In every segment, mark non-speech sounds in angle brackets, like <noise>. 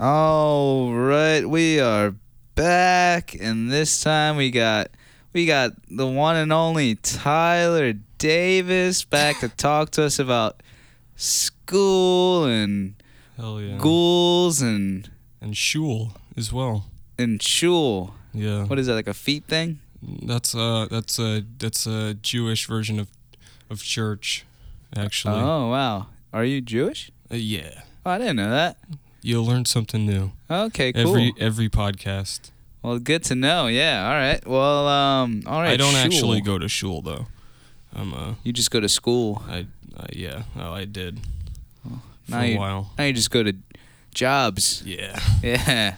All right, we are back, and this time we got we got the one and only Tyler Davis back <laughs> to talk to us about school and Hell yeah. ghouls and And shul as well. and shul. Yeah. What is that like a feet thing? That's uh that's a that's a Jewish version of of church, actually. Oh wow, are you Jewish? Uh, yeah. Oh, I didn't know that. You'll learn something new Okay, cool. every every podcast. well, good to know. Yeah. All right. Well, um, all right. I don't shul. actually go to shul though. I'm uh You just go to school. I uh, yeah oh I did for Oh, Now a you- while. Now you just go to jobs. Yeah. Yeah.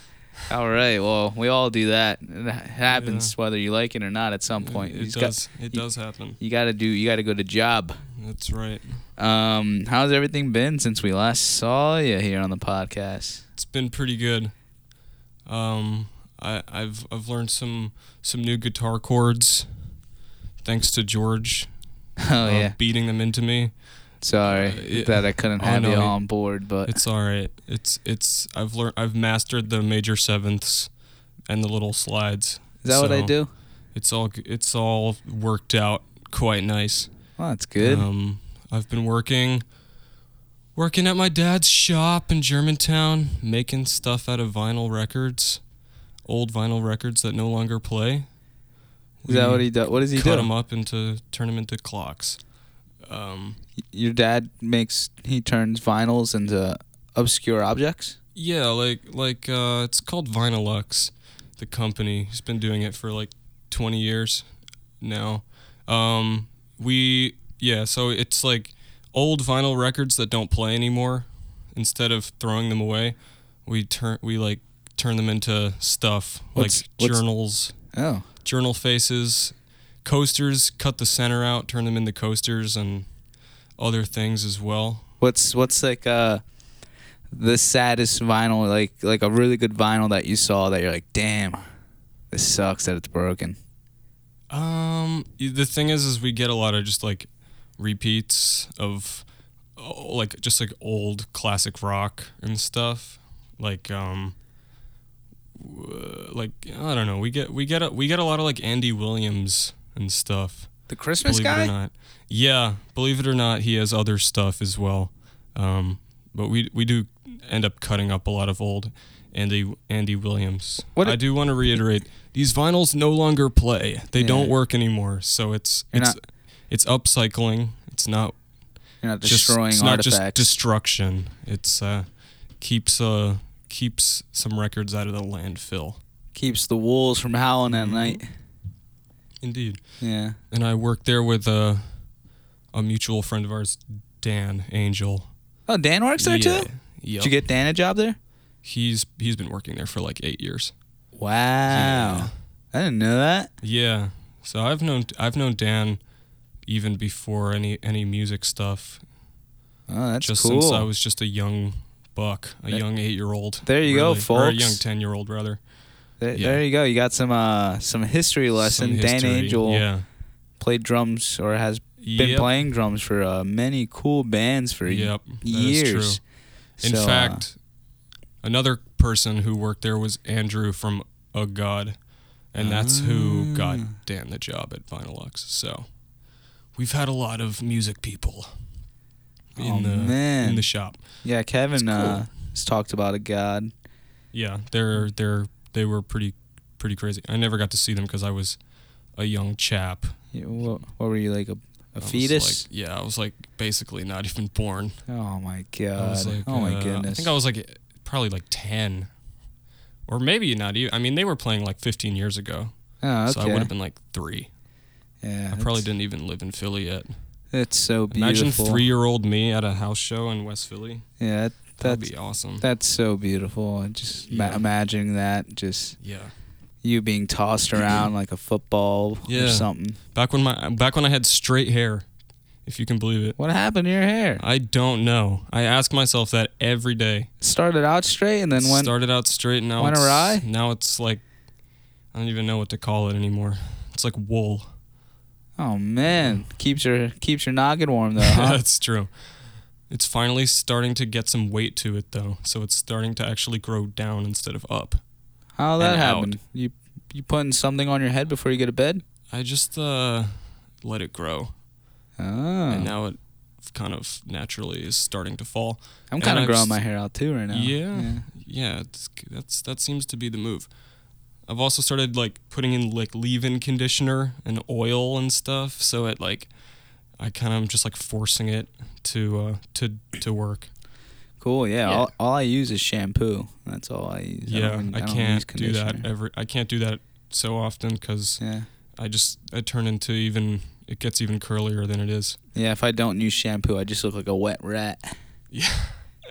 All right. Well, we all do that. It happens whether you like it or not at some point. It, you it just got- does. it does happen. you got to do. You got to go to job. That's right. Um, how's everything been since we last saw you here on the podcast? <laughs> It's been pretty good. Um, I I've I've learned some some new guitar chords, thanks to George. Oh uh, yeah. beating them into me. Sorry uh, yeah. that I couldn't Oh, have no, you it- on board, but It's all right. It's it's I've learned I've mastered the major sevenths and the little slides. is that what I so- do? It's all g- it's all worked out quite nice. Well, that's good. Um, I've been working working at my dad's shop in Germantown, making stuff out of vinyl records, old vinyl records that no longer play. is that we what he does? What does he cut do? them up into turn them into clocks. Um, Your dad makes he turns vinyls into obscure objects. yeah, like like uh, it's called Vinylux, the company. He's been doing it for like 20 years now. Um, we yeah, so it's like old vinyl records that don't play anymore. Instead of throwing them away, we turn we like turn them into stuff What's- like what's- journals, Oh, journal faces, coasters. Cut the center out, turn them into coasters and other things as well. What's what's like uh the saddest vinyl like like a really good vinyl that you saw that you're like, damn, this sucks that it's broken. Um, y- the thing is, is we get a lot of just like repeats of oh, like just like old classic rock and stuff. Like um, w- like I don't know. We get we get a, we get a lot of like Andy Williams and stuff. The Christmas believe it guy? or not, yeah. Believe it or not, he has other stuff as well. Um, but we we do end up cutting up a lot of old Andy Andy Williams. What I it- do want to reiterate: these vinyls no longer play. They Yeah. don't work anymore. So it's You're it's it's upcycling. It's not You're not just destroying it's not artifacts. just destruction. It's uh, keeps uh keeps some records out of the landfill. Keeps the wolves from howling at Mm-hmm. night. Indeed. Yeah. And I work there with a a mutual friend of ours, Dan Angel. Oh, Dan works there too? Yeah. Did you get Dan a job there? he's he's been working there for like eight years. Wow. Oh. Yeah. I didn't know that. Yeah. So I've known I've known Dan even before any any music stuff. Oh, that's just cool. since I was just a young buck, a There- young eight year old. there you go, Or a young folks. ten year old rather. there, yeah. there you go. You got some uh some history lesson. Some Dan history. Angel Yeah. played drums or has been Yep. playing drums for uh, many cool bands for Yep. that is years. true. In So, uh, fact, another person who worked there was Andrew from A God, and that's who got Ah. Dan the job at Vinylux. So we've had a lot of music people in Oh, the man. in the shop. yeah, Kevin it's cool. uh, has talked about a god. Yeah, they're they're they were pretty pretty crazy. I never got to see them because I was a young chap. Yeah, What, what were you like a, I a was fetus? like- yeah, I was like basically not even born. oh my I god! was like, oh my uh, goodness! I think I was like probably like ten, or maybe not even. I mean, they were playing like 15 years ago, oh, okay. so I would have been like three. yeah, I probably it's- didn't even live in Philly yet. It's so Imagine beautiful. three-year-old me at a house show in West Philly. Yeah, that, That'd that's be awesome. that's so beautiful. And just ma- Yeah. imagining that, just yeah. you being tossed <clears throat> around like a football or Yeah. something. Back when my back when I had straight hair, if you can believe it. What happened to your hair? I don't know. I ask myself that every day. It started out straight and then went. started out straight and now went it's awry? now it's like I don't even know what to call it anymore. It's like wool. <laughs> oh man, keeps your keeps your noggin warm though. Huh? That's true. It's finally starting to get some weight to it though, so it's starting to actually grow down instead of up. How that And out. happened? You you putting something on your head before you go to bed? I just uh let it grow. Oh, And now it kind of naturally is starting to fall. I'm and kind of I've growing s- my hair out too right now. Yeah. Yeah, it's, that's that seems to be the move. I've also started like putting in like leave-in conditioner and oil and stuff, so it like I kind of am just like forcing it to uh, to to work. Cool. Yeah. Yeah. All, all I use is shampoo. That's all I use. I, yeah, don't, even- I, I don't use can't do conditioner. that every. I can't do that so often because Yeah. I just I turn into even it gets even curlier than it is. Yeah. If I don't use shampoo, I just look like a wet rat. <laughs> Yeah.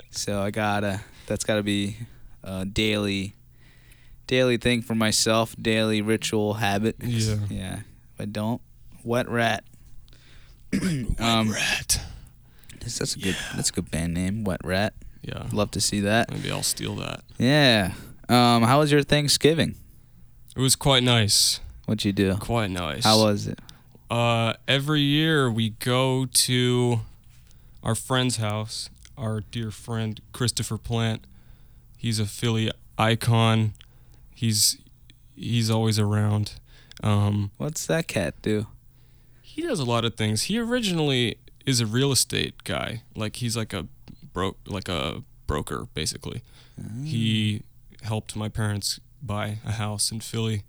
So I gotta. That's gotta be a daily, daily thing for myself. Daily ritual habit. Yeah. Yeah. If I don't, wet rat. um, rat. that's that's a good. That's a good band name. Wet rat. Yeah. Love to see that. Maybe I'll steal that. Yeah. Um, how was your Thanksgiving? It was quite nice. What'd you do? Quite nice. How was it? Uh, every year we go to our friend's house, our dear friend Christopher Plant. He's a Philly icon. He's he's always around. Um, What's that cat do? he does a lot of things. He originally is a real estate guy. Like he's like a broke like a broker basically. He helped my parents buy a house in Philly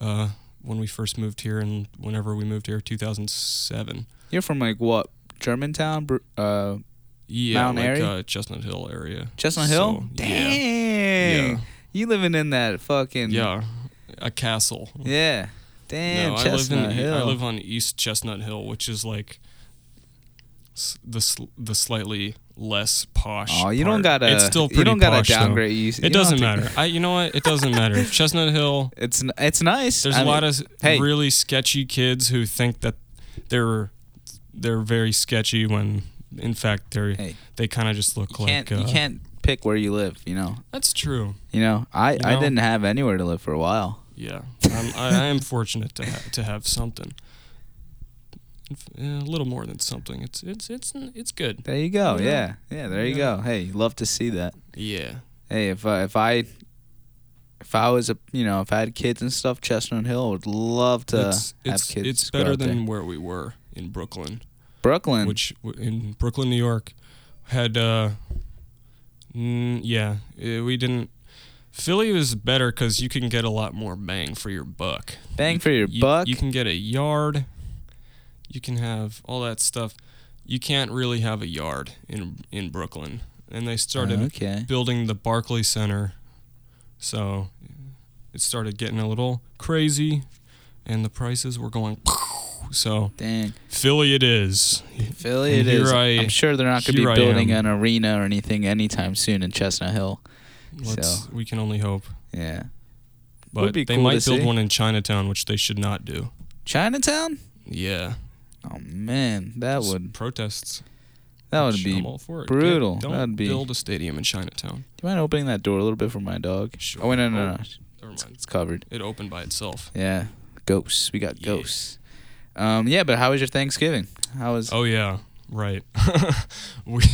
uh, when we first moved here and whenever we moved here 2007. You're from like what? Germantown? Br- Uh, Yeah, Mount like Airy? Uh, Chestnut Hill area. Chestnut So, Hill? Yeah, Dang. Yeah. You living in that fucking. yeah, a castle. Yeah. Damn, no, Chestnut I live in Hill. I live on East Chestnut Hill, which is like s- the sl- the slightly less posh. oh, you don't part. gotta. It's still pretty You don't gotta posh, though. downgrade. You, It doesn't matter. I, you know what? It <laughs> doesn't matter. Chestnut Hill. It's n- it's nice. There's a a lot of hey. really sketchy kids who think that they're they're very sketchy when in fact they're Hey. they kind of just look You like can't, you uh, can't pick where you live. You know. That's true. You know. I I know? didn't have anywhere to live for a while. Yeah, I'm, I, I am fortunate to ha- to have something. If- yeah, a little more than something. It's it's it's it's good. There you go. You know? Yeah. Yeah. There you Yeah. go. Hey, love to see that. Yeah. Hey, if I, if I if I was a you know if I had kids and stuff, Chestnut Hill would love to it's have it's, kids. it's grow better up than there. where we were in Brooklyn, Brooklyn. which w- in Brooklyn, New York, had uh, mm, yeah, eh, we didn't. Philly was better because you can get a lot more bang for your buck. Bang for your you, buck. You can get a yard. You can have all that stuff. You can't really have a yard in in Brooklyn. And they started Okay. building the Barclay Center, so it started getting a little crazy, and the prices were going. <laughs> So Dang, Philly, it is. Philly, And it here is. I- I'm sure they're not going to here be I building am. an arena or anything anytime soon in Chestnut Hill. Let's, We can only hope. Yeah, Would But be they cool might to build see. one in Chinatown, which they should not do. Chinatown. Yeah, Oh man, that Just would protests. that would which be. I'm Do all for it. brutal. Get- don't That'd be- build a stadium in Chinatown. you mind opening that door a little bit for my dog? Sure. Oh wait, no, no, no, Oh. no. Never mind. it's covered. It opened by itself. Yeah, ghosts. We got Yeah. ghosts. Um, yeah, but how was your Thanksgiving? How was? Oh yeah, right. <laughs> we,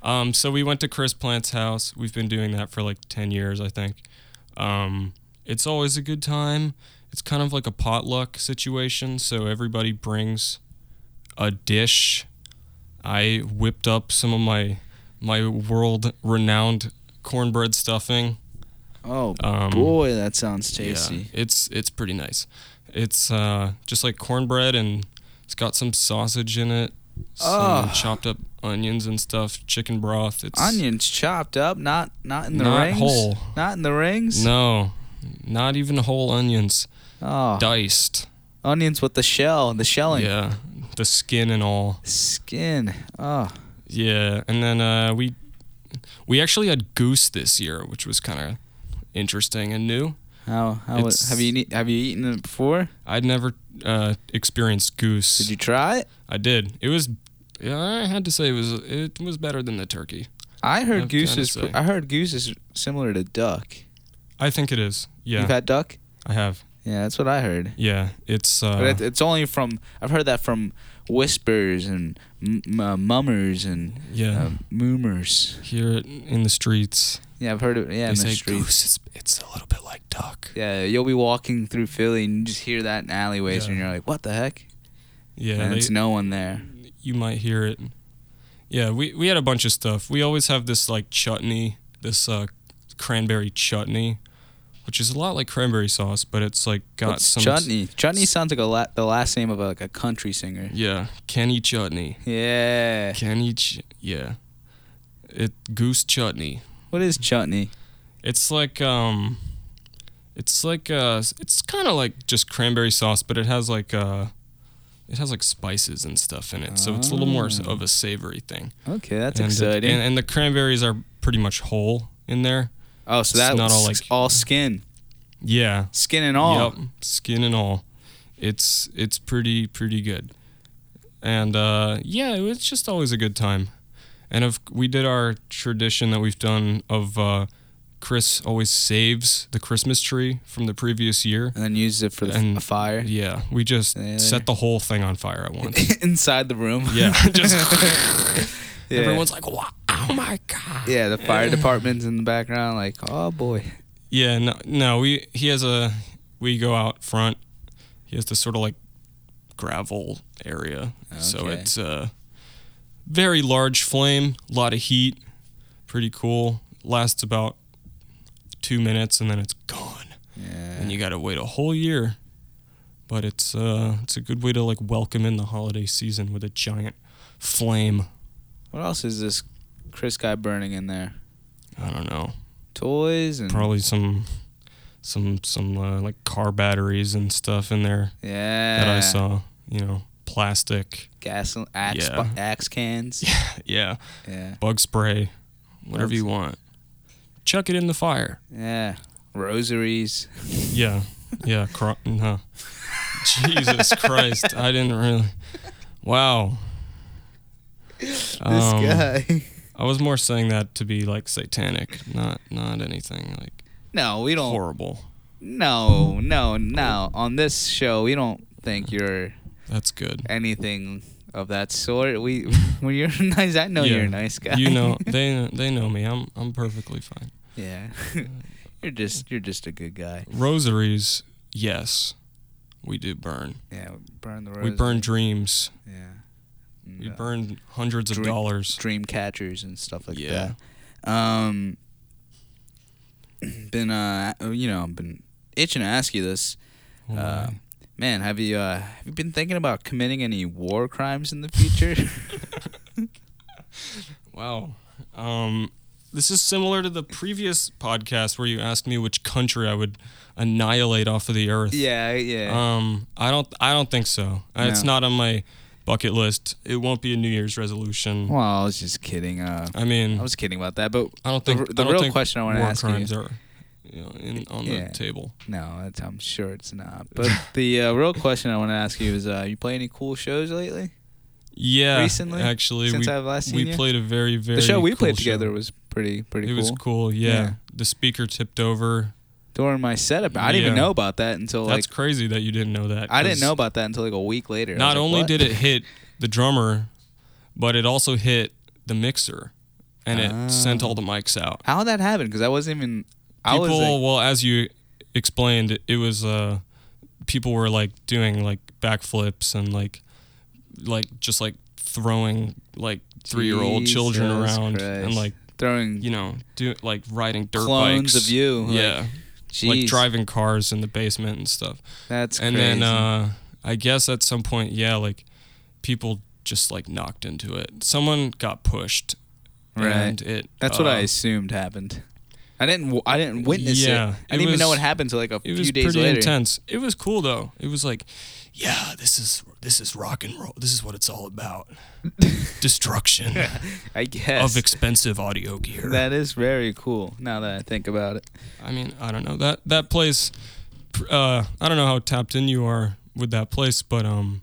um, so we went to Chris Plant's house. We've been doing that for like ten years, I think. Um, it's always a good time. It's kind of like a potluck situation, so everybody brings a dish. I whipped up some of my my world-renowned cornbread stuffing. Oh Um, boy, that sounds yeah, tasty. it's it's pretty nice. It's uh, just like cornbread and it's got some sausage in it, some Ugh. chopped up onions and stuff, chicken broth. It's Onions chopped up, not not in the Not rings. whole. Not in the rings. No, not even whole onions, Oh, diced. onions with the shell, the shelling, Yeah, the skin and all. skin. Oh, Yeah, and then uh, we we actually had goose this year, which was kind of interesting and new. how how was- It's- have you ne- have you eaten it before? I'd never uh, experienced goose. Did you try it? I did. It was. Yeah, I had to say it was. It was better than the turkey. I heard I'm goose trying to is pr- say. I heard goose is similar to duck. I think it is. Yeah, You've had duck? I have. Yeah, that's what I heard. Yeah, it's. Uh, But it, it's only from I've heard that from whispers and m- m- uh, mummers and Yeah. uh, moomers. Hear it in the streets. Yeah, I've heard of yeah they in say the streets. goose. It's, it's a little bit like duck. Yeah, you'll be walking through Philly and you just hear that in alleyways, Yeah. and you're like, "What the heck?" Yeah. and they- it's no one there. you might hear it. Yeah, we, we had a bunch of stuff. We always have this like chutney, this uh, cranberry chutney, which is a lot like cranberry sauce, but it's like got What's some chutney. Chutney sounds like a la- the last name of like a country singer. Yeah, Kenny chutney. Yeah. Kenny ch- yeah. It goose chutney. What is chutney? It's like um it's like uh it's kind of like just cranberry sauce, but it has like uh it has like spices and stuff in it. So it's a little more s- Oh. of a savory thing. Okay, that's and the- exciting. and, and the cranberries are pretty much whole in there. oh, so it's that's not all, all, like- skin, Yeah. skin and all. Yep. Skin and all. It's it's pretty pretty good. And uh, yeah, it was just always a good time. And of we did our tradition that we've done of uh, Chris always saves the Christmas tree from the previous year. And then uses it for the f- And- a <laughs> fire Yeah, we just Yeah. set the whole thing on fire <laughs> at once. inside the room. <laughs> yeah, <laughs> just yeah. everyone's like, wow, "Oh my god!" Yeah, the fire department's in the background, like, oh boy. Yeah, no, no. We he has a we go out front. He has this sort of like gravel area, so Okay. it's a very large flame, a lot of heat, pretty cool. Lasts about two minutes and then it's gone, Yeah. and you got to wait a whole year. But it's uh it's a good way to like welcome in the holiday season with a giant flame. What else is this Chris guy burning in there? I don't know, Toys and probably some some some uh, like car batteries and stuff in there. yeah, that I saw. You know, <laughs> plastic. gasoline, axe, Yeah. bu- axe cans. Yeah. Yeah, Bug spray. Whatever Bugs. you want. Chuck it in the fire. yeah, rosaries. <laughs> Yeah. Yeah. Cro- no. Jesus Christ. I didn't really. Wow. This I was more saying that to be like satanic, not not anything like No, we don't. horrible. No, no, no. On this show, we don't think you're That's good. anything of that sort. We, <laughs> when you're nice, I know Yeah. you're a nice guy. You <laughs> know, they they know me. I'm I'm perfectly fine. yeah, <laughs> you're just you're just a good guy. Rosaries, yes, we do burn. Yeah, burn the We rosary. burn dreams. Yeah, We No. burned hundreds of Dream- dollars. dream catchers and stuff like Yeah. that. Um, <clears throat> been uh, you know, been itching to ask you this. Oh Uh, my. man, have you uh, have you been thinking about committing any war crimes in the future? <laughs> wow. Um, this is similar to the previous podcast where you asked me which country I would annihilate off of the earth. yeah, yeah. Um, I don't. I don't think so. Uh, It's No. not on my bucket list. It won't be a New Year's resolution. well, I was just kidding. Uh, I mean, I was kidding about that, but I don't the- think the I don't real think question I wanna war ask you- crimes are you know, in, on Yeah. the table. no, that's, I'm sure it's not. But the uh, real question I want to ask you is, uh, you play any cool shows lately? Yeah, Recently? actually, Since we, I've last seen we you? played a very very the show we cool played show. together was pretty pretty cool. It was cool. Yeah. Yeah. the speaker tipped over. During my setup, I didn't even Yeah. know about that until like That's crazy that you didn't know that. I didn't 'cause know about that until like a week later. I was Not like, only "What?" did it hit the drummer, but it also hit the mixer, and it Ah. sent all the mics out. how that happened because I wasn't even. I People, was like, well, as you explained, it was uh, people were like doing like backflips and like, like just like throwing like three-year-old children Jesus around and Christ. like throwing you know do like riding dirt Clones bikes of you, like, yeah, like Jeez, driving cars in the basement and stuff. That's and crazy. then uh, I guess at some point, yeah, like people just like knocked into it. Someone got pushed, Right. And it That's what uh, I assumed happened. I didn't. w- I didn't witness Yeah, it. it I didn't even know what was- happened till like a It few was days pretty later. intense. It was cool though. It was like, yeah, this is this is rock and roll. This is what it's <laughs> all about: destruction I of guess expensive audio gear. that is very cool. Now that I think about it, I mean, I don't know that that place. Uh, I don't know how tapped in you are with that place, but um,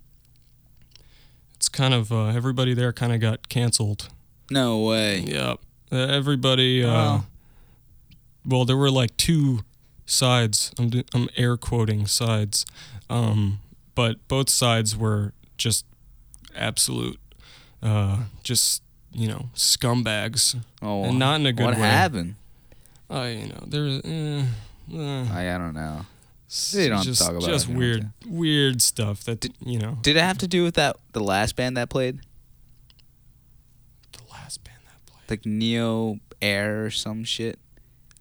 it's kind of uh, everybody there kind of got canceled. no way. Yeah, uh, everybody. Uh, Wow. Well, there were like two sides. I'm do- I'm air quoting sides, um, but both sides were just absolute, uh, just you know, scumbags. Oh, And not in a good what way. happened? Uh, you know, they're uh, uh, Like, I don't know. s- you don't just talk about just it, you don't weird, weird stuff that you know. Did it have to do with that the last band that played, The last band that played like Neo Air or some shit?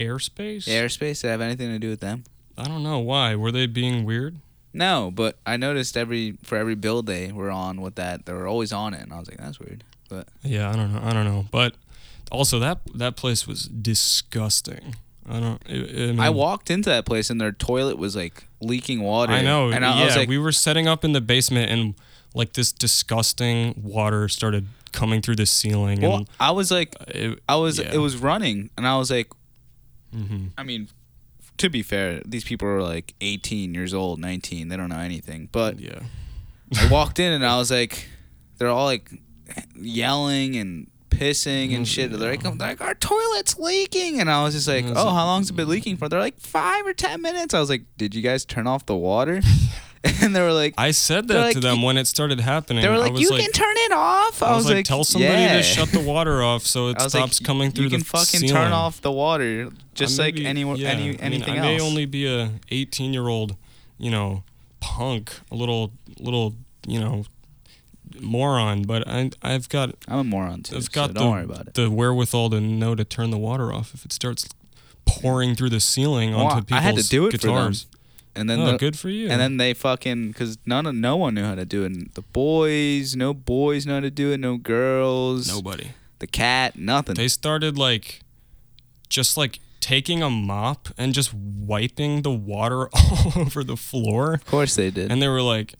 Airspace. Airspace. Did it have anything to do with them? I don't know why. Were they being weird? No, but I noticed every for every build they were on with that, they were always on it, and I was like, that's weird. But Yeah, I don't know. I don't know. But also that that place was disgusting. I don't. I, I, mean, I walked into that place and their toilet was like leaking water. I know. and I, yeah, I was like, we were setting up in the basement, and like this disgusting water started coming through the ceiling. well, and I was like, it, I was, yeah. it was running, and I was like, hmm I mean, to be fair, these people are like 18 years old, 19. They don't know anything. But yeah, I walked in and I was like, they're all like yelling and pissing and shit. They're like, they're like, our toilet's leaking. And I was just like, Yeah, it's oh, like- how long's it been leaking for? They're like, five or 10 minutes. I was like, did you guys turn off the water? <laughs> and they were like, <laughs> I said They're that like, to them when it started happening. they were I like, was you like, can turn it off. I was like, tell somebody "Yeah." to shut <laughs> the water off so it I was stops like, coming through you the can fucking ceiling. turn off the water just I like maybe- any, yeah, I any mean, anything I may else. only be a 18 year old, you know, punk, a little little, you know, moron, but I I've got I'm a moron too. I've got so the don't worry about it. the wherewithal to know to turn the water off if it starts pouring through the ceiling Well, onto I- people's I had to do it for them. guitars. And then oh, the, good for you. And then they fucking because none of no one knew how to do it. And The boys, no boys know how to do it. No girls. nobody. The cat, nothing. They started like just like taking a mop and just wiping the water <laughs> all over the floor. of course they did. And they were like,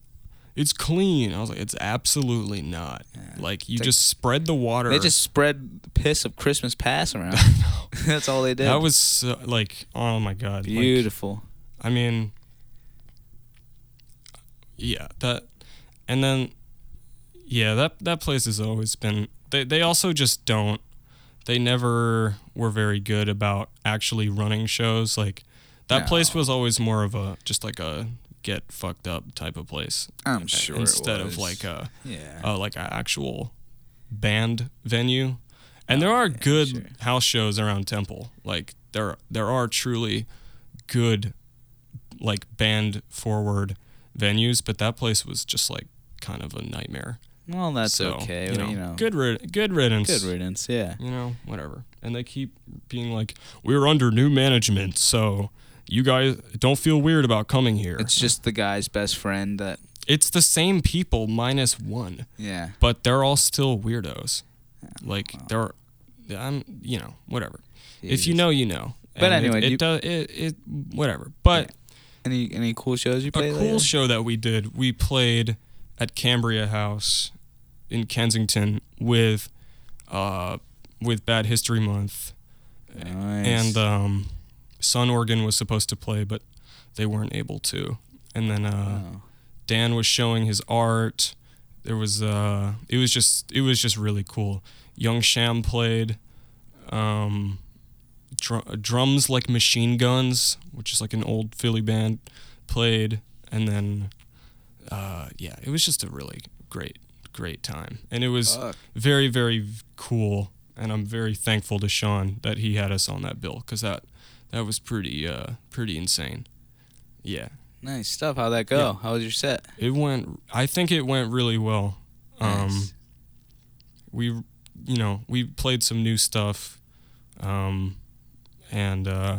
it's clean. I was like, it's absolutely not. Like, you It's like- just spread the water. they <laughs> just spread the piss of Christmas past around. <laughs> That's all they did. That was so, like, oh my God. like, beautiful. I mean, yeah, that. And then, yeah, that, that place has always been. They, they also just don't. They never were very good about actually running shows. Like, that No. place was always more of a just like a get fucked up type of place I'm sure. it uh, instead was. of like a yeah. uh, like an actual band venue. And there are good sure. house shows around Temple. Like there there are truly good like band forward venues, but that place was just like kind of a nightmare. well, that's So, okay. You know, you know, good rid- good riddance. good riddance. Yeah. You know, whatever. And they keep being like, "We're under new management, so you guys don't feel weird about coming here." It's just the guy's best friend that. it's the same people minus one. Yeah. but they're all still weirdos. Like they're, I'm, you know, whatever. If you Jesus. know, you know. But And it- anyway, it, you- does it, it whatever. But Any any cool shows you play? a cool lately? show that we did, we played at Cambria House in Kensington with, uh, with Bad History Month, Nice. and um, Sun Organ was supposed to play, but they weren't able to. And then uh, Oh. Dan was showing his art. There was uh it was just it was just really cool. Young Sham played um dr- drums like machine guns, which is like an old Philly band played and then uh yeah, it was just a really great great time. And it was Fuck. very very v- cool and I'm very thankful to Sean that he had us on that bill cuz that that was pretty uh pretty insane. Yeah. Nice stuff. How'd that go? How was your set? It went. I think it went really well. Um, Nice. We, you know, we played some new stuff, um, and uh,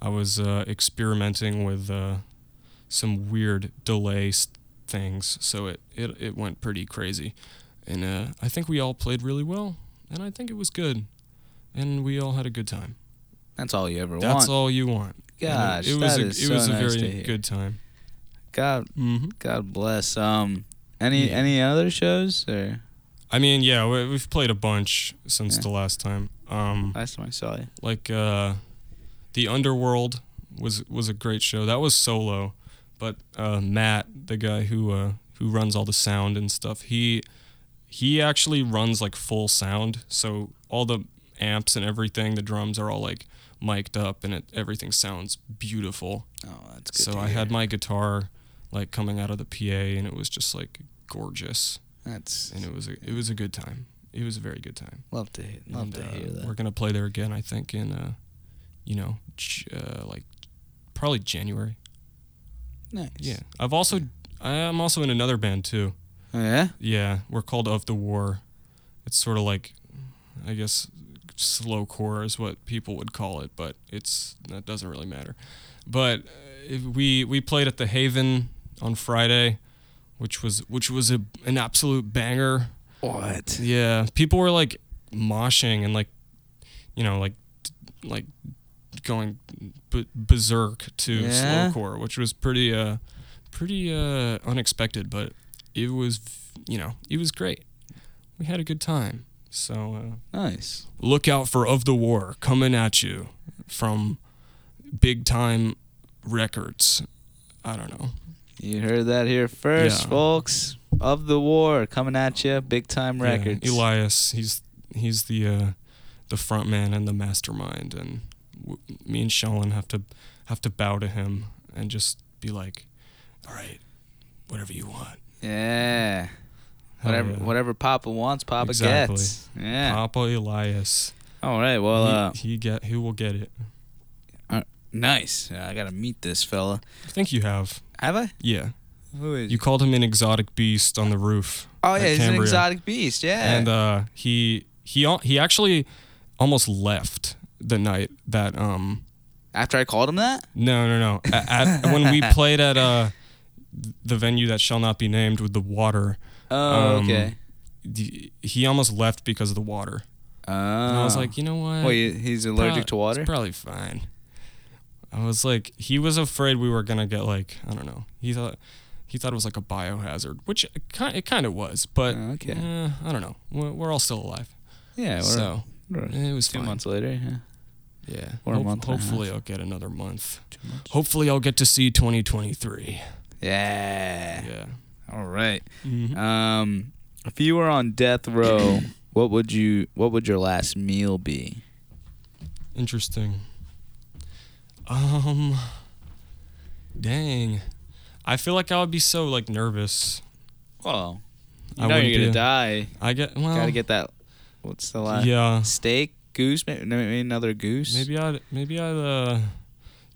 I was uh, experimenting with uh, some weird delay s- things. So it, it it went pretty crazy, and uh, I think we all played really well, and I think it was good, and we all had a good time. That's all you ever That's want. all you want. And it- Gosh, it, was that a, is it so was a nice very to hear. good time. God, Mm-hmm. God bless. Um, any Yeah. any other shows or I mean, yeah, we, we've played a bunch since Yeah. the last time. Um, last time I saw you? like uh, the Underworld was was a great show. That was solo, but uh, Matt, the guy who uh, who runs all the sound and stuff, he he actually runs like full sound. So all the amps and everything, the drums are all like mic'd up, and it, everything sounds beautiful. Oh, that's good. So to I hear. had my guitar like coming out of the PA, and it was just like gorgeous. That's and it was a, it was a good time. It was a very good time. love to hear, love And, to uh, hear that. We're gonna play there again, I think, in uh, you know, j- uh, like probably January. nice. Yeah, I've also I'm also in another band too. Oh, yeah. Yeah, we're called Of the War. It's sort of like, I guess, slow core is what people would call it, but it's that doesn't really matter. But uh, if we we played at the Haven on Friday, which was which was a, an absolute banger. What? Yeah, people were like moshing and like, you know, like like going b- berserk to Yeah. slowcore, which was pretty uh pretty uh unexpected, but it was you know it was great. We had a good time. So uh, Nice. look out for Of the War coming at you from Big Time Records. I don't know. You heard that here first, Yeah. folks. Of the war coming at you, big time Yeah, records. Elias, he's he's the uh, the front man and the mastermind, and w- me and Sheldon have to have to bow to him and just be like, all right, whatever you want, Yeah. Hell Whatever, yeah. whatever Papa wants, Papa Exactly. gets. Yeah. Papa Elias, All right. Well, uh, he, he get he will get it. nice. Uh, I gotta meet this fella. I think you have, Have I? yeah. Who is? You called him an exotic beast on the roof, oh yeah, at he's an Cambria. exotic beast. Yeah. and uh, he he al- he actually almost left the night that um After I called him that. No, no, no. A- At, <laughs> when we played at uh, the venue that shall not be named with the water, Oh Um, okay. the, he almost left because of the water. Oh. And I was like, you know what? Wait, he's Prob- allergic to water. It's probably fine. I was like, he was afraid we were gonna get like, I don't know. He thought. He thought it was like a biohazard, which it kind it kind of was, but Oh, okay. eh, I don't know. We're, we're all still alive, yeah. We're, so we're eh, it was two fine. months later. Yeah. Yeah, or a month and a half. hopefully I'll get another month. Two months. Hopefully I'll get to see 2023. Yeah. Yeah. All right. Mhm. Um, if you were on death <coughs> row, what would you? What would your last meal be? Interesting. Um dang. I feel like I would be so like nervous. Well, you I know wouldn't you're gonna be- die. I get well Gotta get that. What's the last? Yeah. Steak, goose, maybe, maybe another goose. Maybe I'd maybe I'd uh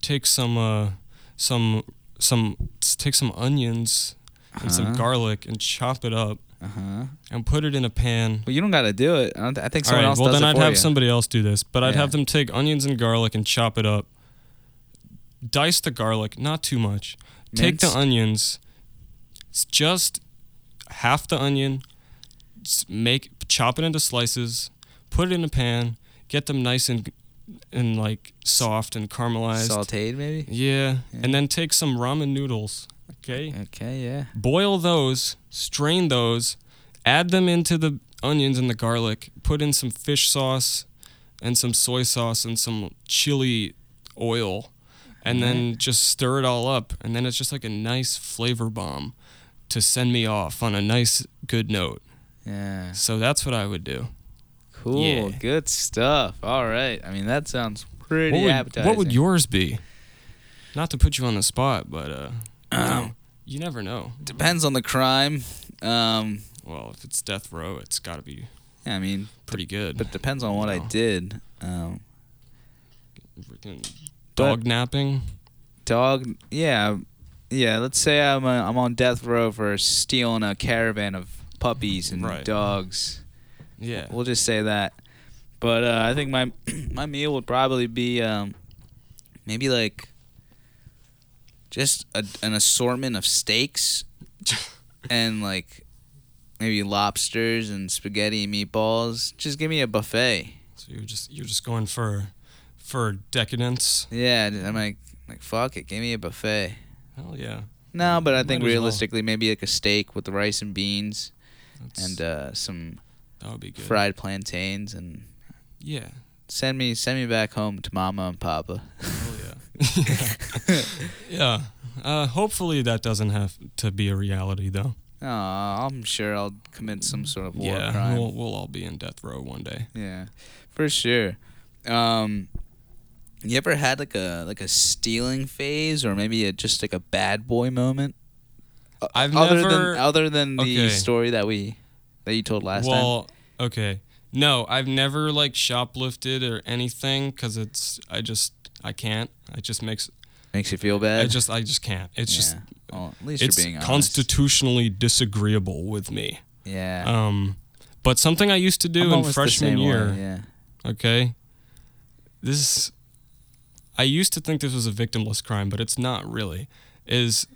take some uh some some s- take some onions and some Uh-huh. garlic and chop it up Uh huh. and put it in a pan. Well, you don't gotta do it. I, don't, I think All someone right. else Well, does then it I'd for have you. somebody else do this, but I'd Yeah. have them take onions and garlic and chop it up. Dice the garlic, not too much. Take the Mince? onions. s- Just half the onion. s- Make chop it into slices. Put it in a pan. Get them nice and and like soft and caramelized. sauteed, maybe. Yeah. Yeah. and then take some ramen noodles. Okay. Okay, yeah. Boil those. Strain those. Add them into the onions and the garlic. Put in some fish sauce, and some soy sauce and some chili oil and then just stir it all up and then it's just like a nice flavor bomb to send me off on a nice good note Yeah. so that's what i would do Cool. Yeah. Good stuff. All right. I mean, that sounds pretty what would, appetizing. what would yours be not to put you on the spot but uh you, know, you never know depends on the crime? Um, well if it's death row it's got to be yeah, I mean, pretty good but depends on what I No. did. Um, Freaking dog napping dog. Yeah, yeah. Let's say I'm a, I'm on death row for stealing a caravan of puppies and Right. dogs. <laughs> yeah We'll just say that. But uh, I think my <clears throat> my meal would probably be um, maybe like just a, an assortment of steaks and like maybe lobsters and spaghetti and meatballs. Just give me a buffet. so you're just you're just going for for decadence Yeah, I'm like like fuck it, give me a buffet. hell yeah No, but I Might think as well. realistically, maybe like a steak with rice and beans That's- and uh, some that would be good fried plantains, and yeah send me send me back home to mama and papa. Hell <laughs> yeah. <laughs> yeah. Uh, hopefully that doesn't have to be a reality though. Oh, I'm sure I'll commit some sort of war yeah. crime. We'll we'll all be in death row one day. yeah, for sure. Um, you ever had like a like a stealing phase, or maybe a, just like a bad boy moment? Uh, I've other never- than other than the Okay. story that we that you told last time. well, okay. No, I've never like shoplifted or anything because it's I just I can't. It just makes Makes you feel bad. I just I just can't. It's just yeah. well, at least it's you're being honest. constitutionally disagreeable with me. Yeah. Um, but something I used to I'm do in almost the freshman same way, year. yeah. Okay. This I used to think this was a victimless crime, but it's not really. Is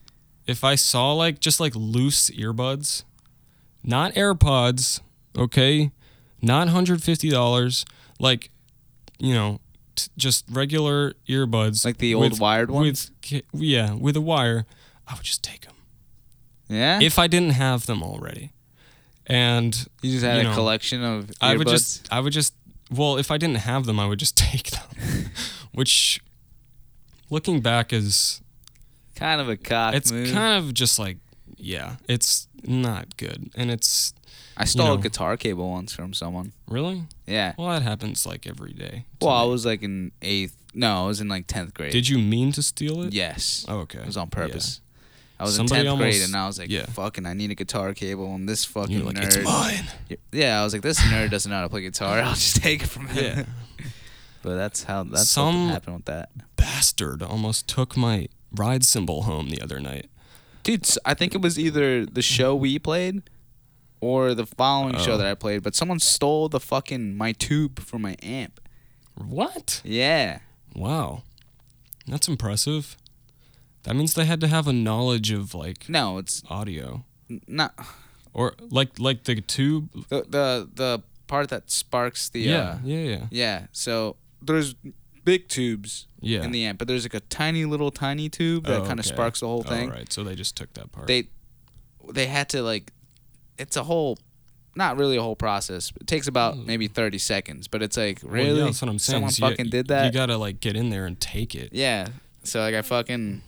if I saw like just like loose earbuds, not AirPods, okay? Not $150, like you know, t- just regular earbuds. Like the old wired ones? With ca- yeah, with a wire, I would just take them. Yeah. If I didn't have them already. And you just had you a know, collection of earbuds. I would just I would just well, if I didn't have them, I would just <laughs> take them. Which looking back is kind of a cock it's move. kind of just like yeah, it's not good. And it's I stole know. a guitar cable once from someone. really Yeah. well that happens like every day. to Well, I me. was like in eighth. No, I was in like tenth grade. Did you mean to steal it? Yes. Oh, okay. It was on purpose. I was Somebody in tenth grade almost- and I was like, yeah. "Fucking, I need a guitar cable." And this Yeah. fucking You're like nerd. <laughs> it's mine. Yeah, I was like, "This nerd doesn't know how to play guitar. I'll just take it from him." Yeah. <laughs> But that's how that's Some- what happened with that. <laughs> Bastard almost took my ride symbol home the other night. Dude, s- I think it was either the show we played or the following show Oh. that I played, but someone stole the fucking my tube from my amp. What? Yeah. Wow. That's impressive. That means they had to have a knowledge of like No, it's audio n- not or like like the tube the the, the part that sparks the uh, yeah yeah yeah yeah. So there's big tubes yeah in the amp, but there's like a tiny little tiny tube that Oh, kind of okay. sparks the whole all thing. right so they just took that part They they had to like it's a whole not really a whole process. It takes about maybe 30 seconds, but it's like Hmm. Well, yeah, really that's what i'm saying someone So you- fucking did that. you gotta like get in there and take it Yeah. So like I fucking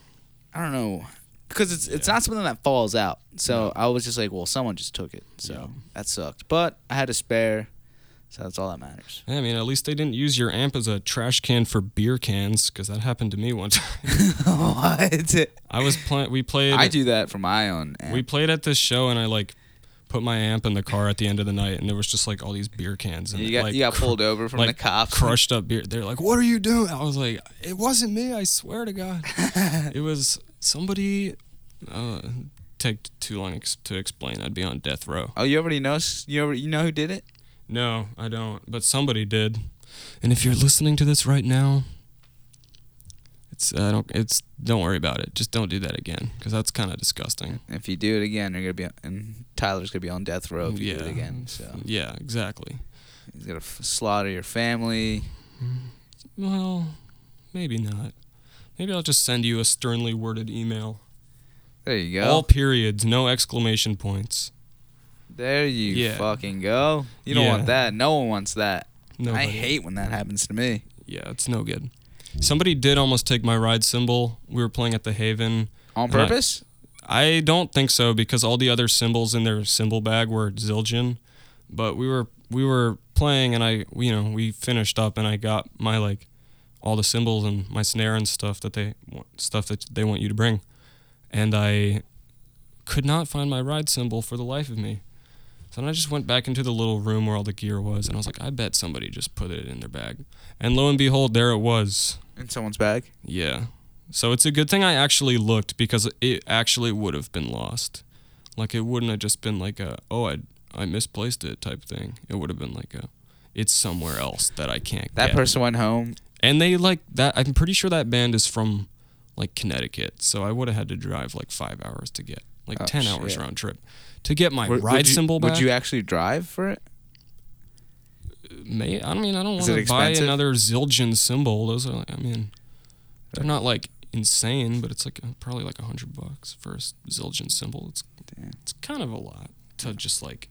I don't know because it's it's Yeah. not something that falls out. So I was just like, well, someone just took it. So Yeah. that sucked. But I had a spare. So that's all that <laughs> matters. <laughs> i mean at least they didn't use your amp as a trash can for beer cans because that happened to me one <laughs> time what? i was playing we played I do that for my own. Amp. we played at this show and i like put my amp in the car at the end of the night and there was just like all these beer cans and you got like, you got cr- pulled over from the like cops. crushed up beer. They're like, "What are you doing?" I was like, "It wasn't me. I swear <laughs> to God, it was somebody." Uh, take too long ex- to explain. I'd be on death row. Oh, you already know s- you already, you know who did it? No, I don't. But somebody did. And if you're listening to this right now, it's I don't. It's don't worry about it. Just don't do that again, because that's kind of disgusting. If you do it again, you're gonna be on, and Tyler's gonna be on death row if you do it again. So Yeah, exactly. he's gonna f- slaughter your family. Well, maybe not. Maybe I'll just send you a sternly worded email. There you go. All periods, no exclamation points. There you Yeah. fucking go. You don't Yeah. want that. No one wants that. No, I hate when that happens to me. Yeah, it's no good. Somebody did almost take my ride symbol. We were playing at the Haven. On And I- purpose? I don't think so because all the other symbols in their symbol bag were Zildjian, but we were we were playing and I you know we finished up and I got my like all the symbols and my snare and stuff that they want stuff that they want you to bring, and I could not find my ride symbol for the life of me. So then I just went back into the little room where all the gear was and I was like, I bet somebody just put it in their bag, and lo and behold, there it was. In someone's bag? Yeah. So it's a good thing I actually looked because it actually would have been lost. Like it wouldn't have just been like a oh I I misplaced it type thing. It would have been like a it's somewhere else that I can't That get. person went home. and they like that I'm pretty sure that band is from like Connecticut. So I would have had to drive like 5 hours to get like Oh, 10 hours shit. round trip to get my Would- would ride you- symbol back. Would you actually drive for it? May I mean I don't Is want it to buy expensive? another Zildjian symbol. Those are like, I mean, they're not like insane, but it's like uh, probably like a hundred bucks for a s- Zildjian symbol. It's Damn. it's kind of a lot to just like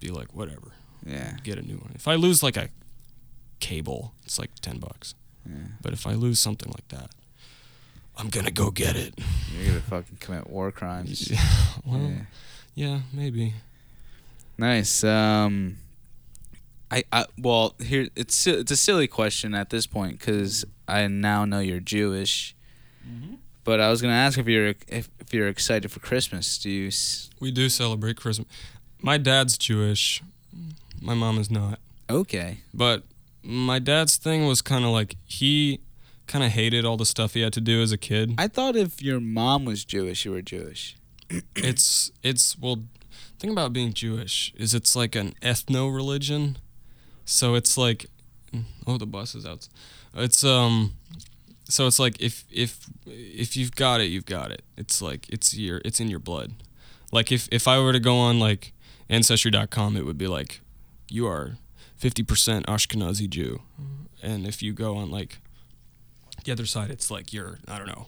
be like whatever, Yeah. get a new one. If I lose like a cable, it's like ten bucks. yeah. But if I lose something like that, I'm gonna go get it. You're going to fucking commit war <laughs> crimes. Yeah, well, yeah, Yeah. maybe. Nice. Um, I, I well here it's si- it's a silly question at this point because I now know you're Jewish, But I was gonna ask if you're if, if you're excited for Christmas. Do you? s- We do celebrate Christmas. My dad's Jewish. My mom is not. Okay. But my dad's thing was kind of like he kind of hated all the stuff he had to do as a kid. I thought if your mom was Jewish, you were Jewish. It's it's well, thing about being Jewish is it's like an ethno religion, so it's like, oh the bus is out. It's um, so it's like if if if you've got it, you've got it. It's like it's your it's in your blood. Like if if I were to go on like ancestry.com, it would be like, you are fifty percent Ashkenazi Jew, and if you go on like the other side, it's like you're I don't know,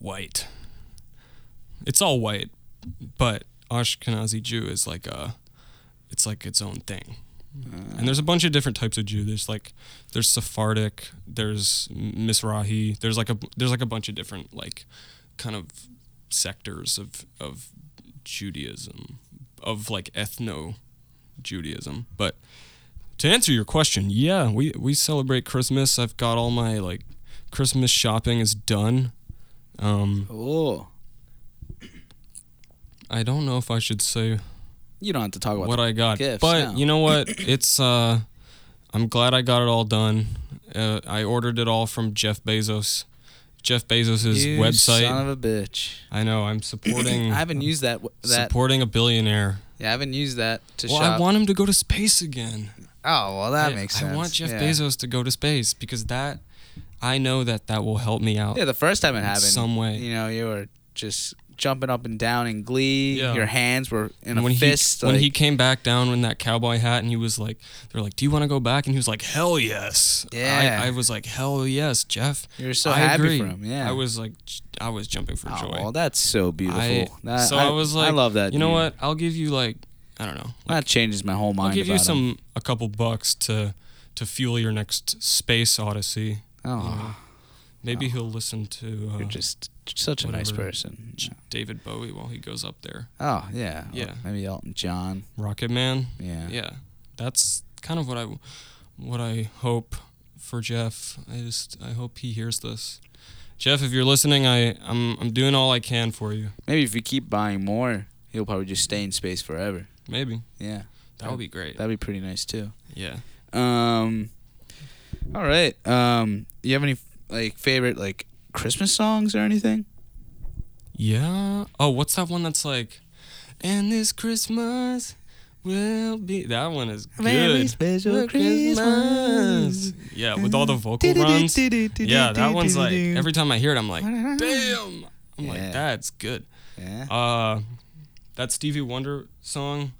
white it's all white, but Ashkenazi Jew is like a, it's like its own thing. and there's a bunch of different types of Jew. There's like, there's Sephardic, there's Mizrahi, there's like a there's like a bunch of different like, kind of sectors of of Judaism, of like ethno Judaism. But to answer your question, yeah, we we celebrate Christmas. I've got all my like Christmas shopping is done. Um, Oh, I don't know if I should say you don't have to talk about what I got. gifts, but no. you know what? It's uh I'm glad I got it all done. Uh, I ordered it all from Jeff Bezos. Jeff Bezos' you website. Son of a bitch. I know I'm <coughs> supporting I haven't used that. w- That supporting a billionaire. yeah, I haven't used that to Well, shop. I want him to go to space again. oh, well, that I- makes I sense. want Jeff yeah. Bezos to go to space because that I know that that will help me out. Yeah, the first time it happened, some way. you know, you were just jumping up and down in glee. Yeah. Your hands were in a when fist. he when he like- came back down in that cowboy hat and he was like they're like do you want to go back and he was like hell yes Yeah. I, I was like hell yes Jeff You were so I happy agree. for him, yeah. I was like j- I was jumping for oh, joy well, that's so beautiful. I, That- so I, was like I love that. you know dude. what I'll give you like I don't know like, that changes my whole mind. I'll give you about him. <laughs> some a couple bucks to to fuel your next space odyssey Oh, maybe he'll listen to uh, you're just such a nice whatever. person. J- David Bowie while he goes up there Oh yeah. Yeah. Well, maybe Elton John. Rocket Man Yeah. yeah that's kind of what i what i hope for jeff i just i hope he hears this jeff if you're listening i i'm, I'm doing all i can for you Maybe if you keep buying more, he'll probably just stay in space forever. maybe Yeah. that would be great That'd be pretty nice too. yeah Um. All right. Um. You have any like favorite like Christmas songs or anything? yeah oh what's that one that's like and this christmas will be that one is good special Merry Christmas. yeah Uh, with all the vocal runs yeah that one's like every time i hear it i'm like damn i'm Yeah. like that's good Yeah. Uh, that Stevie Wonder song,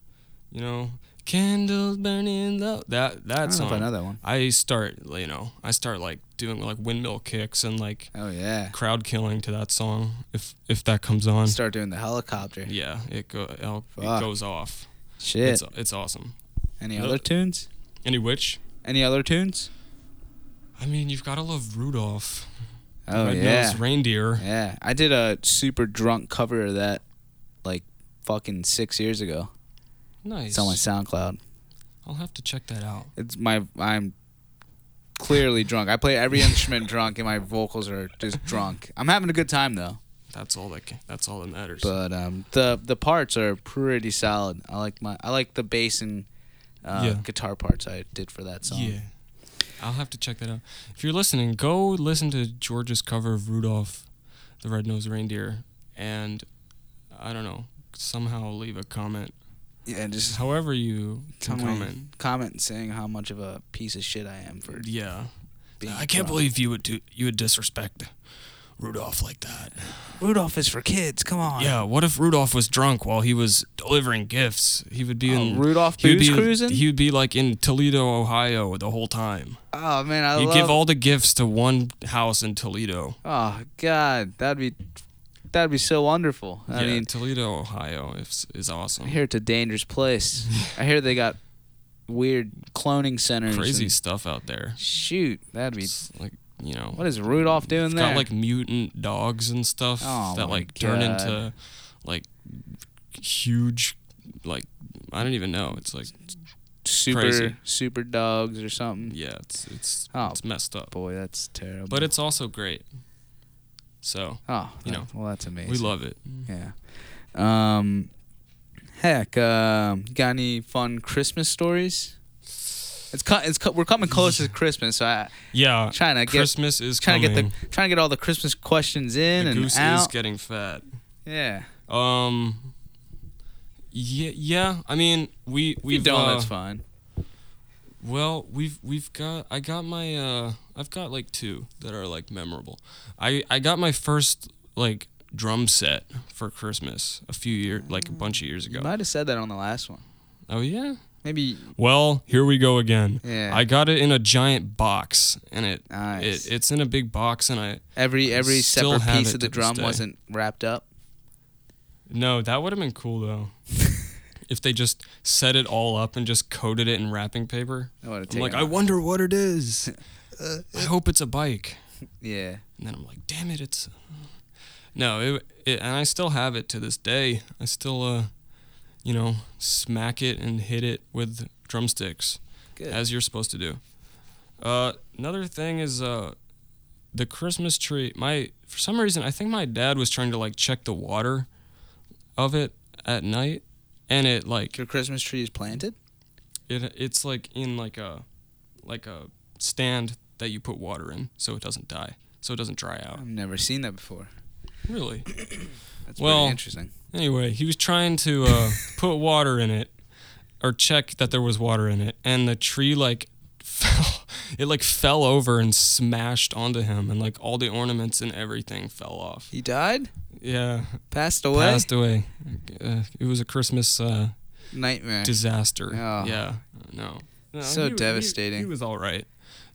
you know, candles burning low. That I that don't know if I know song. that one. I start, you know, I start like doing like windmill kicks and like Oh yeah. crowd killing to that song. If if that comes on, Start doing the helicopter. yeah, it go it'll- Fuck. it goes off. Shit. It's it's awesome. Any no- other tunes? Any which, Any other tunes? I mean, you've gotta love Rudolph, the Oh yeah. red-nosed reindeer. Yeah, I did a super drunk cover of that, like fucking six years ago. Nice. It's on my SoundCloud. I'll have to check that out. It's my I'm clearly drunk. I play every instrument drunk, and my vocals are just drunk. I'm having a good time though, That's all that ca- that's all that matters. but um, the the parts are pretty solid. I like my I like the bass and uh, Yeah. guitar parts I did for that song. Yeah. I'll have to check that out. If you're listening, go listen to George's cover of Rudolph the Red-Nosed Reindeer and I don't know, somehow leave a comment. yeah just However you tell can me- comment. comment saying how much of a piece of shit I am for Yeah. being. I can't drunk. believe you would do you would disrespect Rudolph like that. Rudolph is for kids. Come on. Yeah, what if Rudolph was drunk while he was delivering gifts? He would be Oh, in Rudolph he would booze be- cruising? He would be like in Toledo, Ohio the whole time. Oh man, I you love. give all the gifts to one house in Toledo. Oh God, that'd be that'd be so wonderful. I yeah, mean, Toledo, Ohio is is awesome. I hear it's a dangerous place. I hear they got weird cloning centers. Crazy and- stuff out there. shoot, that'd be. It's like you know, What is Rudolph doing it's there? got like mutant dogs and stuff Oh that my like turn God. into like huge, like I don't even know. It's like super crazy. super dogs or something. yeah, it's it's Oh. it's messed up, Boy, that's terrible. but it's also great. So Oh, You that- know, well, that's amazing. we love it. Yeah. Um, heck, um, you got any fun Christmas stories? It's co- it's co- we're coming close to Christmas, so I Yeah, trying to get Uh, Christmas is trying to coming. get the trying to get all the Christmas questions in the and goose out. is getting fat. yeah, Um. Yeah, yeah. I mean, we we we've don't. uh, that's fine. Well, we've we've got I got my uh I've got like two that are like memorable. I I got my first like drum set for Christmas a few year like a bunch of years You ago. might have said that on the last one. Oh yeah. Maybe Well, here we go again. Yeah. I got it in a giant box and it, Nice. it it's in a big box and I every I every still separate have piece it of the to this drum day. wasn't wrapped up. No, that would have been <laughs> cool though. if they just set it all up and just coated it in wrapping paper. I would have I'm taken. like, it. I wonder what <laughs> it is. I hope it's a bike. yeah, And then I'm like, damn it, it's no, it, it and I still have it to this day. I still uh you know, smack it and hit it with drumsticks good. as you're supposed to do. Uh another thing is uh the Christmas tree. My for some reason, I think my dad was trying to like check the water of it at night and it like Your Christmas tree is planted. it it's like in like a like a stand that you put water in so it doesn't die. So it doesn't dry out. I've never seen that before. Really? That's Well, pretty interesting. Anyway, he was trying to <laughs> uh, put water in it or check that there was water in it, and the tree like <laughs> fell. It like fell over and smashed onto him, and like all the ornaments and everything fell off. He died, Yeah, passed away. passed away. Uh, it was a Christmas uh, Nightmare. disaster. Oh. Yeah, no. No, So he wa- he- devastating. He, was all right.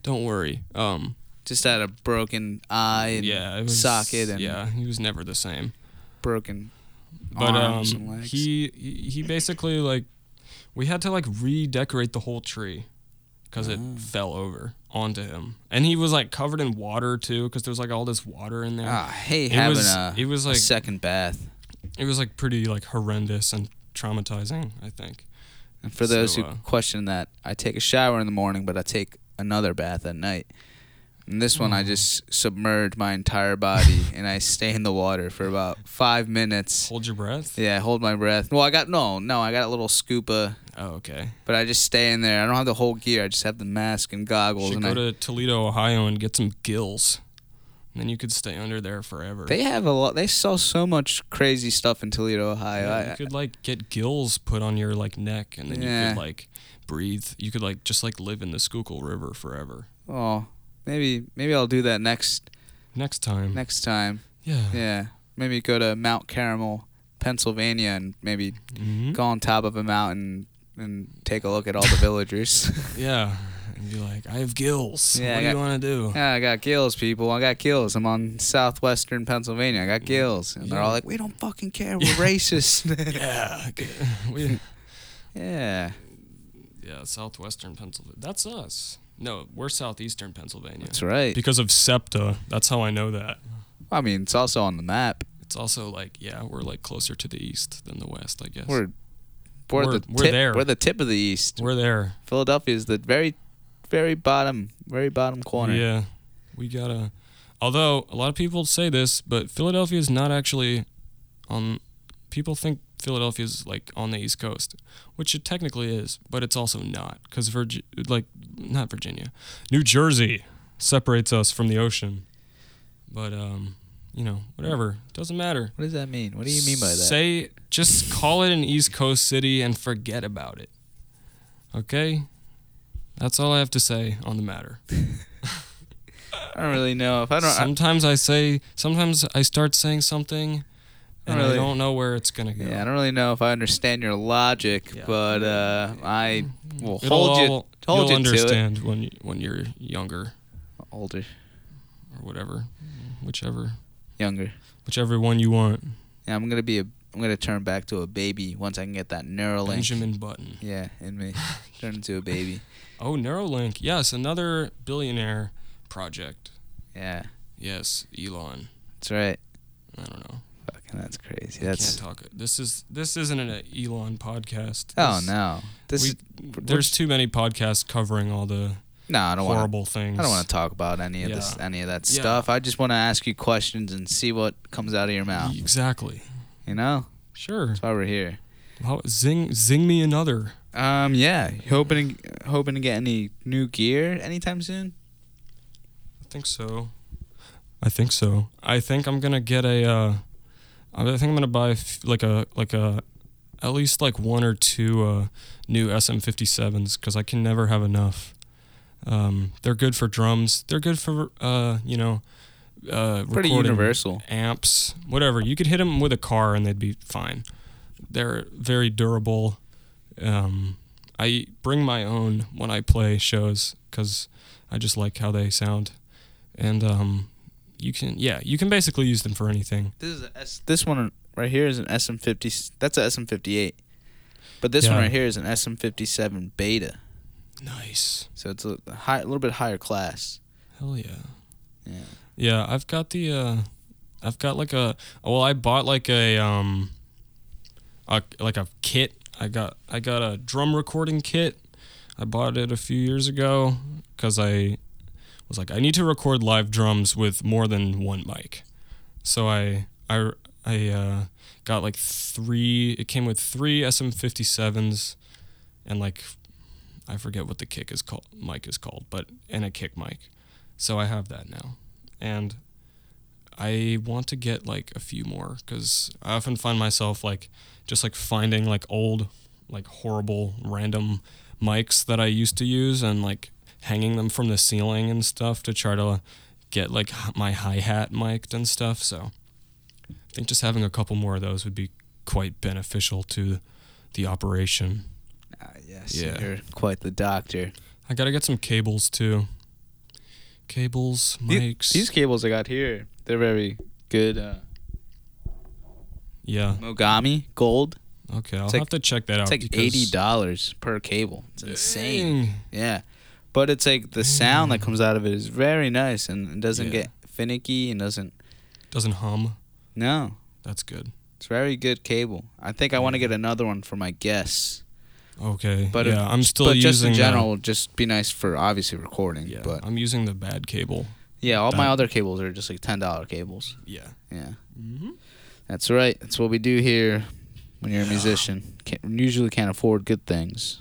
Don't worry. Um, just had a broken eye and yeah, it was, socket and yeah, he was never the same. broken but arms um, and legs. he he he basically like we had to like redecorate the whole tree because it Oh. fell over onto him and he was like covered in water too because there was like all this water in there Ah, I hate it having was- a, it was a like- second bath. it was like pretty like horrendous and traumatizing i think And for those so, who uh, question that, I take a shower in the morning, but I take another bath at night. And this one, I just submerge my entire body <laughs> and I stay in the water for about five minutes. hold your breath Yeah, I hold my breath. Well, I got no, no, I got a little scuba, oh okay but I just stay in there. I don't have the whole gear. I just have the mask and goggles. should And go I, to toledo ohio and get some gills and then you could stay under there forever they have a lot. They sell so much crazy stuff in Toledo, Ohio. Yeah, I- you could like get gills put on your like neck, and then Yeah. you could like breathe. You could like just like live in the Schuylkill River forever. Oh, maybe maybe I'll do that next Next time, next time. yeah, Yeah, maybe go to Mount Carmel, Pennsylvania, and maybe Mhm. go on top of a mountain and take a look at all the <laughs> villagers. yeah, and be like, I have gills. Yeah, what I do got- you want to do? yeah, I got gills, people. I got gills. I'm on southwestern Pennsylvania. I got gills, and they're all Yeah. like, "We don't fucking care. We're racist." <laughs> <laughs> yeah, g- we, yeah, yeah, southwestern Pennsylvania. That's us. No, we're southeastern Pennsylvania. that's right. Because of SEPTA, that's how I know that. I mean, it's also on the map. It's also like, yeah, we're like closer to the east than the west, I guess. We're we're, We're- the we're tip, there. We're the tip of the east. We're there. Philadelphia is the very, very bottom, very bottom corner. Yeah, we gotta. Although a lot of people say this, but Philadelphia is not actually on. People think Philadelphia is like on the East Coast, which it technically is, but it's also not because Virgi- like not Virginia, New Jersey separates us from the ocean. But um, you know, whatever doesn't matter. What does that mean? What do you mean by that? Say just call it an East Coast city and forget about it. Okay, that's all I have to say on the matter. I don't really know. If I don't, I, sometimes I say, sometimes I start saying something, and Really? I don't know where it's gonna go. yeah, I don't really know if I understand your logic, Yeah. but uh, I will Mm. It'll hold you all- hold you'll you to understand when you, when you're younger it. Older, or whatever, whichever younger. whichever one you want. Yeah, I'm gonna be a. I'm gonna turn back to a baby once I can get that Neuralink. Benjamin Button. <laughs> Yeah, in me, turn into a baby. Oh, Neuralink. Yes, another billionaire project. Yeah, Yes, Elon. that's right. I don't know. Fucking, that's crazy. I That's Can't talk. This is this isn't an uh, Elon podcast. oh This- no. This we- is, There's too many podcasts covering all the No, I don't want. horrible things. I don't want to talk about any of this, Yeah. any of that Yeah. stuff. I just want to ask you questions and see what comes out of your mouth. Exactly. You know, Sure. that's why we're here. How, zing, zing me another. Um, yeah, You hoping hoping to get any new gear anytime soon. I think so. I think so. I think I'm gonna get a. Uh, I think I'm gonna buy a f- like a like a, at least like one or two uh, new SM57s because I can never have enough. Um, they're good for drums. They're good for uh, you know, uh, Pretty recording universal. amps, whatever. You could hit them with a car and they'd be fine. They're very durable. Um, I bring my own when I play shows because I just like how they sound, and um, you can yeah you can basically use them for anything. This is a S, this one right here is an SM50. That's a SM58. But this one Yeah. right here is an SM57 Beta. Nice, So it's a high, a little bit higher class. hell yeah, Yeah. yeah. I've got the uh, I've got like a well I bought like a um, a, like a kit. I got I got a drum recording kit. I bought it a few years ago because I was like, I need to record live drums with more than one mic. So I I I uh, got like three. It came with three SM57s and like I forget what the kick is called. Mic is called, but and a kick mic. So I have that now, and I want to get like a few more because I often find myself like just like finding like old, like horrible random mics that I used to use and like hanging them from the ceiling and stuff to try to get like h- my hi hat mic'd and stuff. So I think just having a couple more of those would be quite beneficial to the operation. Ah, yes. Yeah. You're quite the doctor. I gotta get some cables too. Cables, The- mics. These cables I got here, they're very good. Uh, yeah. Mogami gold. Okay, I'll It's like- have to check that out. It's like Oh, because- eighty dollars per cable. It's insane. Dang. Yeah, but it's like the sound that comes out of it is very nice and it doesn't Yeah. get finicky and doesn't. Doesn't hum. No, That's good. it's very good cable. I think I want to get another one for my guests. Okay. But But it- yeah, I'm still but using just in the- general, just be nice for obviously recording. yeah, But I'm using the bad cable. yeah, all my that- other cables are just like ten dollar cables. Yeah. Yeah, Mm-hmm. that's right. That's what we do here when you're a musician. Can't, usually can't afford good things.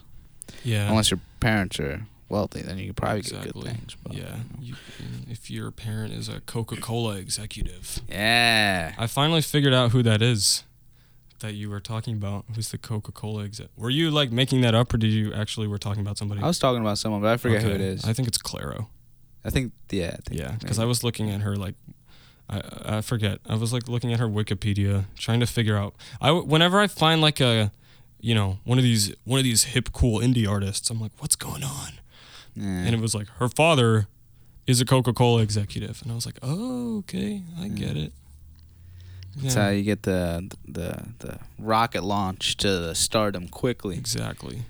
Yeah. Unless your parents are wealthy, then you could probably get good Exactly. things. But, yeah. You, if your parent is a Coca-Cola executive, Yeah. I finally figured out who that is. That you were talking about. Who's the Coca-Cola exec? Were you like making that up, or did you actually were talking about somebody? I was talking about someone, but I forget who it Okay. is. I I, think it's Claro. think, yeah. I think Yeah, because I was looking at her like, I I forget. I was like looking at her Wikipedia, trying to figure out. I whenever I find like a, you know, one of these one of these hip cool indie artists, I'm like, what's going on? Yeah. And it was like her father is a Coca Cola executive, and I was like, oh okay, I get it. That's how you get the, the the rocket launch to the stardom quickly. exactly.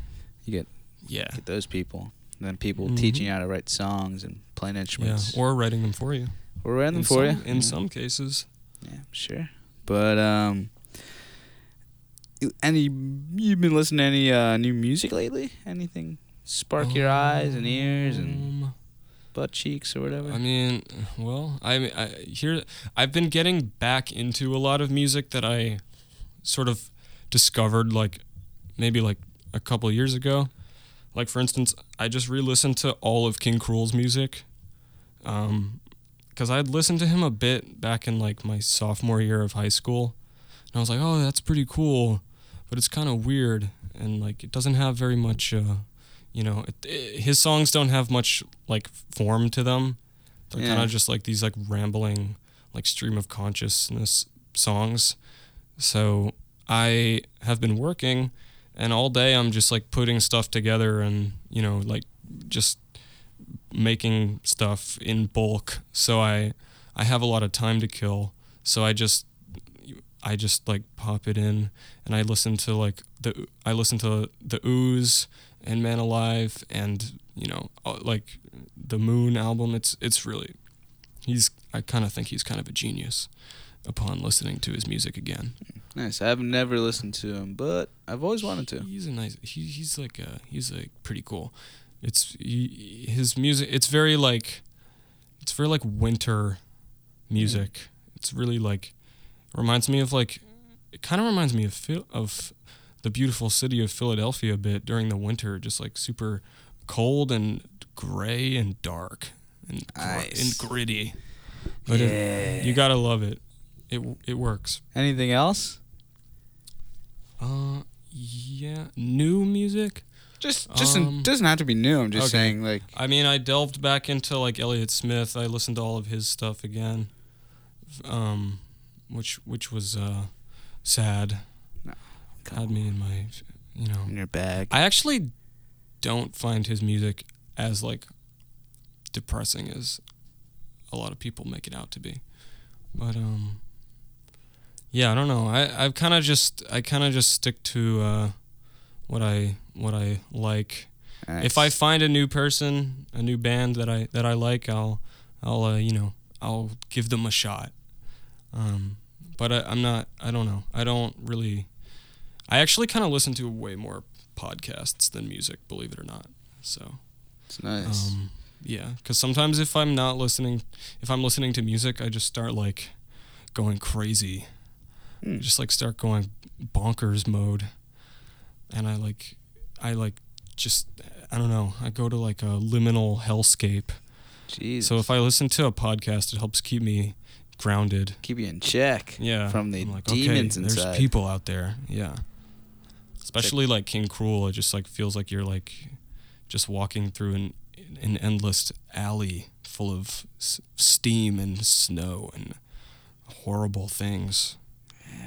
You get, Yeah. get those people. And then people Mhm. teaching you how to write songs and playing Yeah, instruments. or writing them for you. We're writing them in for some, you. In yeah. some cases, Yeah, sure. But, um, you- any, you've been listening to any uh, new music lately? Anything spark your eyes and ears and. Um, butt cheeks or whatever. I mean, well, I, I here I've been getting back into a lot of music that I sort of discovered like maybe like a couple years ago. Like for instance, I just re-listened to all of King Cruel's music, Um 'cause because I'd listened to him a bit back in like my sophomore year of high school, and I was like, oh, that's pretty cool, but it's kind of weird and like it doesn't have very much. Uh, you know, it, it, his songs don't have much like form to them. They're Yeah. kind of just like these like rambling, like stream of consciousness songs. So I have been working, and all day I'm just like putting stuff together and you know like just making stuff in bulk. So I I have a lot of time to kill. So I just I just like pop it in and I listen to like the I listen to the Ooze and Man Alive and you know uh, like the Moon album. It's it's really he's I kind of think he's kind of a genius upon listening to his music again. nice. I've never listened to him, but I've always wanted to. He's a nice he, he's like uh he's like pretty cool. It's he, his music. It's very like, it's very like winter music. It's really like, reminds me of like, it kind of reminds me of Phil- of the beautiful city of Philadelphia a bit during the winter, just like super cold and gray and dark and gr- Nice. and gritty. But it, you gotta love it. It it works. Anything else? Uh, yeah, new music. Just, just in- Um, doesn't have to be new. I'm just okay. saying, like, I mean, I delved back into like Elliott Smith. I listened to all of his stuff again, um, which which was uh, sad. No, Had me in my, you know. in your bag. I actually don't find his music as like depressing as a lot of people make it out to be. But um yeah, I don't know. I I've kind of just I kind of just stick to uh what I what I like. If I find a new person, a new band that I that I like, I'll I'll uh, you know, I'll give them a shot. Um but I, I'm not I don't know. I don't really I actually kind of listen to way more podcasts than music, believe it or not. So, it's nice. um, yeah, because sometimes if I'm not listening, if I'm listening to music, I just start like going crazy, Hmm. just like start going bonkers mode, and I like, I like, just I don't know, I go to like a liminal hellscape. Jeez. So if I listen to a podcast, it helps keep me grounded. keep you in check. Yeah. From the I'm like, demons okay, inside. There's people out there. Yeah. Especially like King Cruel, it just like feels like you're like just walking through an an endless alley full of s- steam and snow and horrible things.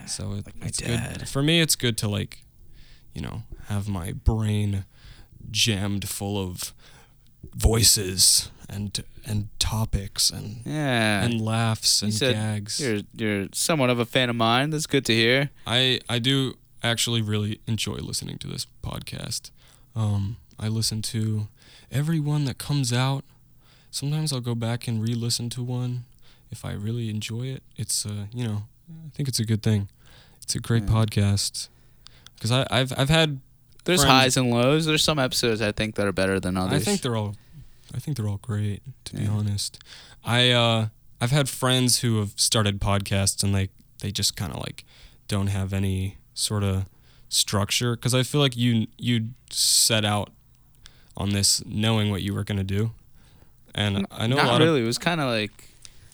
So it, like my it's dad. good for me. It's good to like, you know, have my brain jammed full of voices and and topics and Yeah. and laughs You and said gags. You're you're somewhat of a fan of mine. That's good to hear. I I do actually really enjoy listening to this podcast. Um, I listen to every one that comes out. Sometimes I'll go back and re-listen to one if I really enjoy it. It's uh, you know, I think it's a good thing. It's a great Yeah. podcast because I I've I've had There's highs Friends- and lows. There's some episodes I think that are better than others. I think they're all I think they're all great to be Yeah. honest. I uh I've had friends who have started podcasts and they they just kind of like don't have any sort of structure cuz I feel like you you set out on this knowing what you were going to do. And I know a Not lot of really. it was kind of like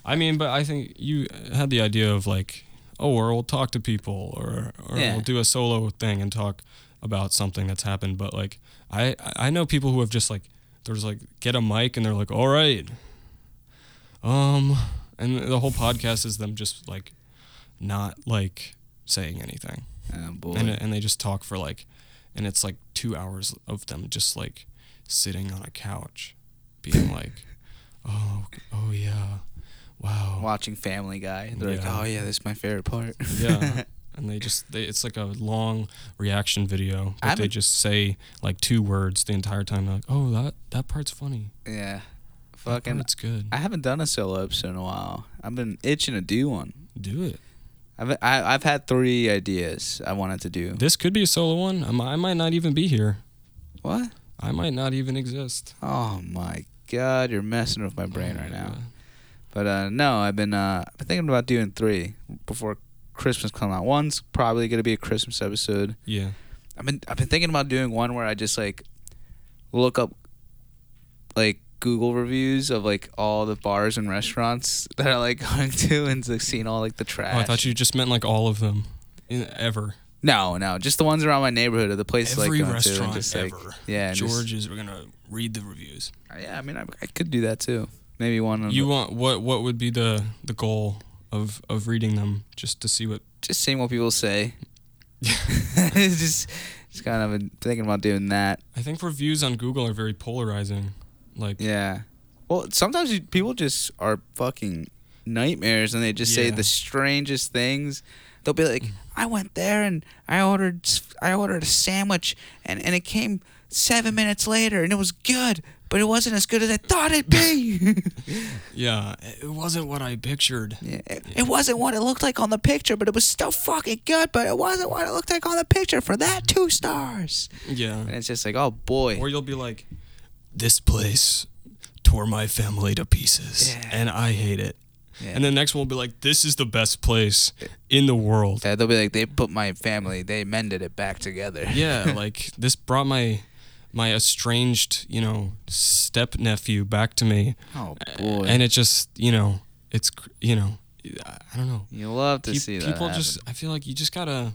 I mean, but I think you had the idea of like, oh, or we'll talk to people, or or Yeah. we'll do a solo thing and talk about something that's happened. But like, I I know people who have just like, there's like get a mic and they're like, all right, um, and the whole podcast is them just like, not like saying anything, oh boy. and and they just talk for like, and it's like two hours of them just like sitting on a couch, <laughs> being like, oh oh yeah, wow, watching Family Guy. And they're Yeah. like, oh yeah, this is my favorite part. <laughs> yeah. And they just they, it's like a long reaction video. I But they haven't- just say like two words the entire time. They're like, oh that that part's funny. <laughs> yeah. Fucking Fucking. that's good. I haven't done a solo episode in a while. I've been itching to do one. Do it. I've I, I've had three ideas I wanted to do. This could be a solo one. I might, I might not even be here. What? I might not even exist. Oh my god, you're messing with my brain Oh, right now. yeah. But uh, no, I've been uh, I've been thinking about doing three before Christmas comes out. One's probably gonna be a Christmas episode. Yeah. I've been I've been thinking about doing one where I just like look up like Google reviews of like all the bars and restaurants <laughs> that I like going to and like seeing all like the trash. Oh, I thought you just meant like all of them, in, ever. No, no, just the ones around my neighborhood or the places Every like going to and restaurant just like ever. yeah, and just- George is. We're gonna read the reviews. yeah, I mean I, I could do that too. Maybe one on You the- want what? What would be the the goal of of reading them just to see what? just seeing what people say. <laughs> It's just just kind of been thinking about doing that. I think reviews on Google are very polarizing. Like Yeah. Well, sometimes you, people just are fucking nightmares and they just say Yeah. the strangest things. They'll be like, "I went there and I ordered s- I ordered a sandwich and and it came 7 minutes later and it was good, but it wasn't as good as I thought it'd <laughs> be." Yeah, it wasn't what I pictured. Yeah, it, it wasn't what it looked like on the picture, but it was still fucking good, but it wasn't what it looked like on the picture for that 2 stars. Yeah. And it's just like, "Oh boy." Or you'll be like, this place tore my family to pieces Yeah. and I hate it. Yeah. And the next one will be like, this is the best place in the world. Yeah, they'll be like, they put my family, they mended it back together. <laughs> yeah, like this brought my my estranged, you know, step nephew back to me. Oh boy. Uh, And it just, you know, it's cr- you know, I I don't know. you love to Pe- see that. people just I feel like you just gotta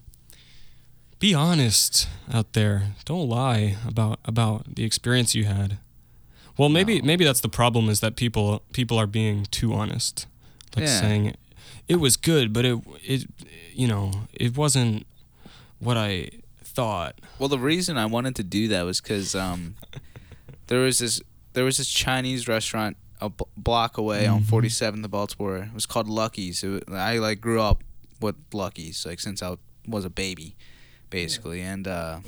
be honest out there. Don't lie about about the experience you had. Well, maybe No. maybe that's the problem is that people people are being too honest, like Yeah. saying it was good, but it it you know it wasn't what I thought. Well, the reason I wanted to do that was because <laughs> um, there was this there was this Chinese restaurant a b- block away on 47th of Baltimore. It was called Lucky's. It wa- I like grew up with Lucky's like since I was a baby, basically. And uh,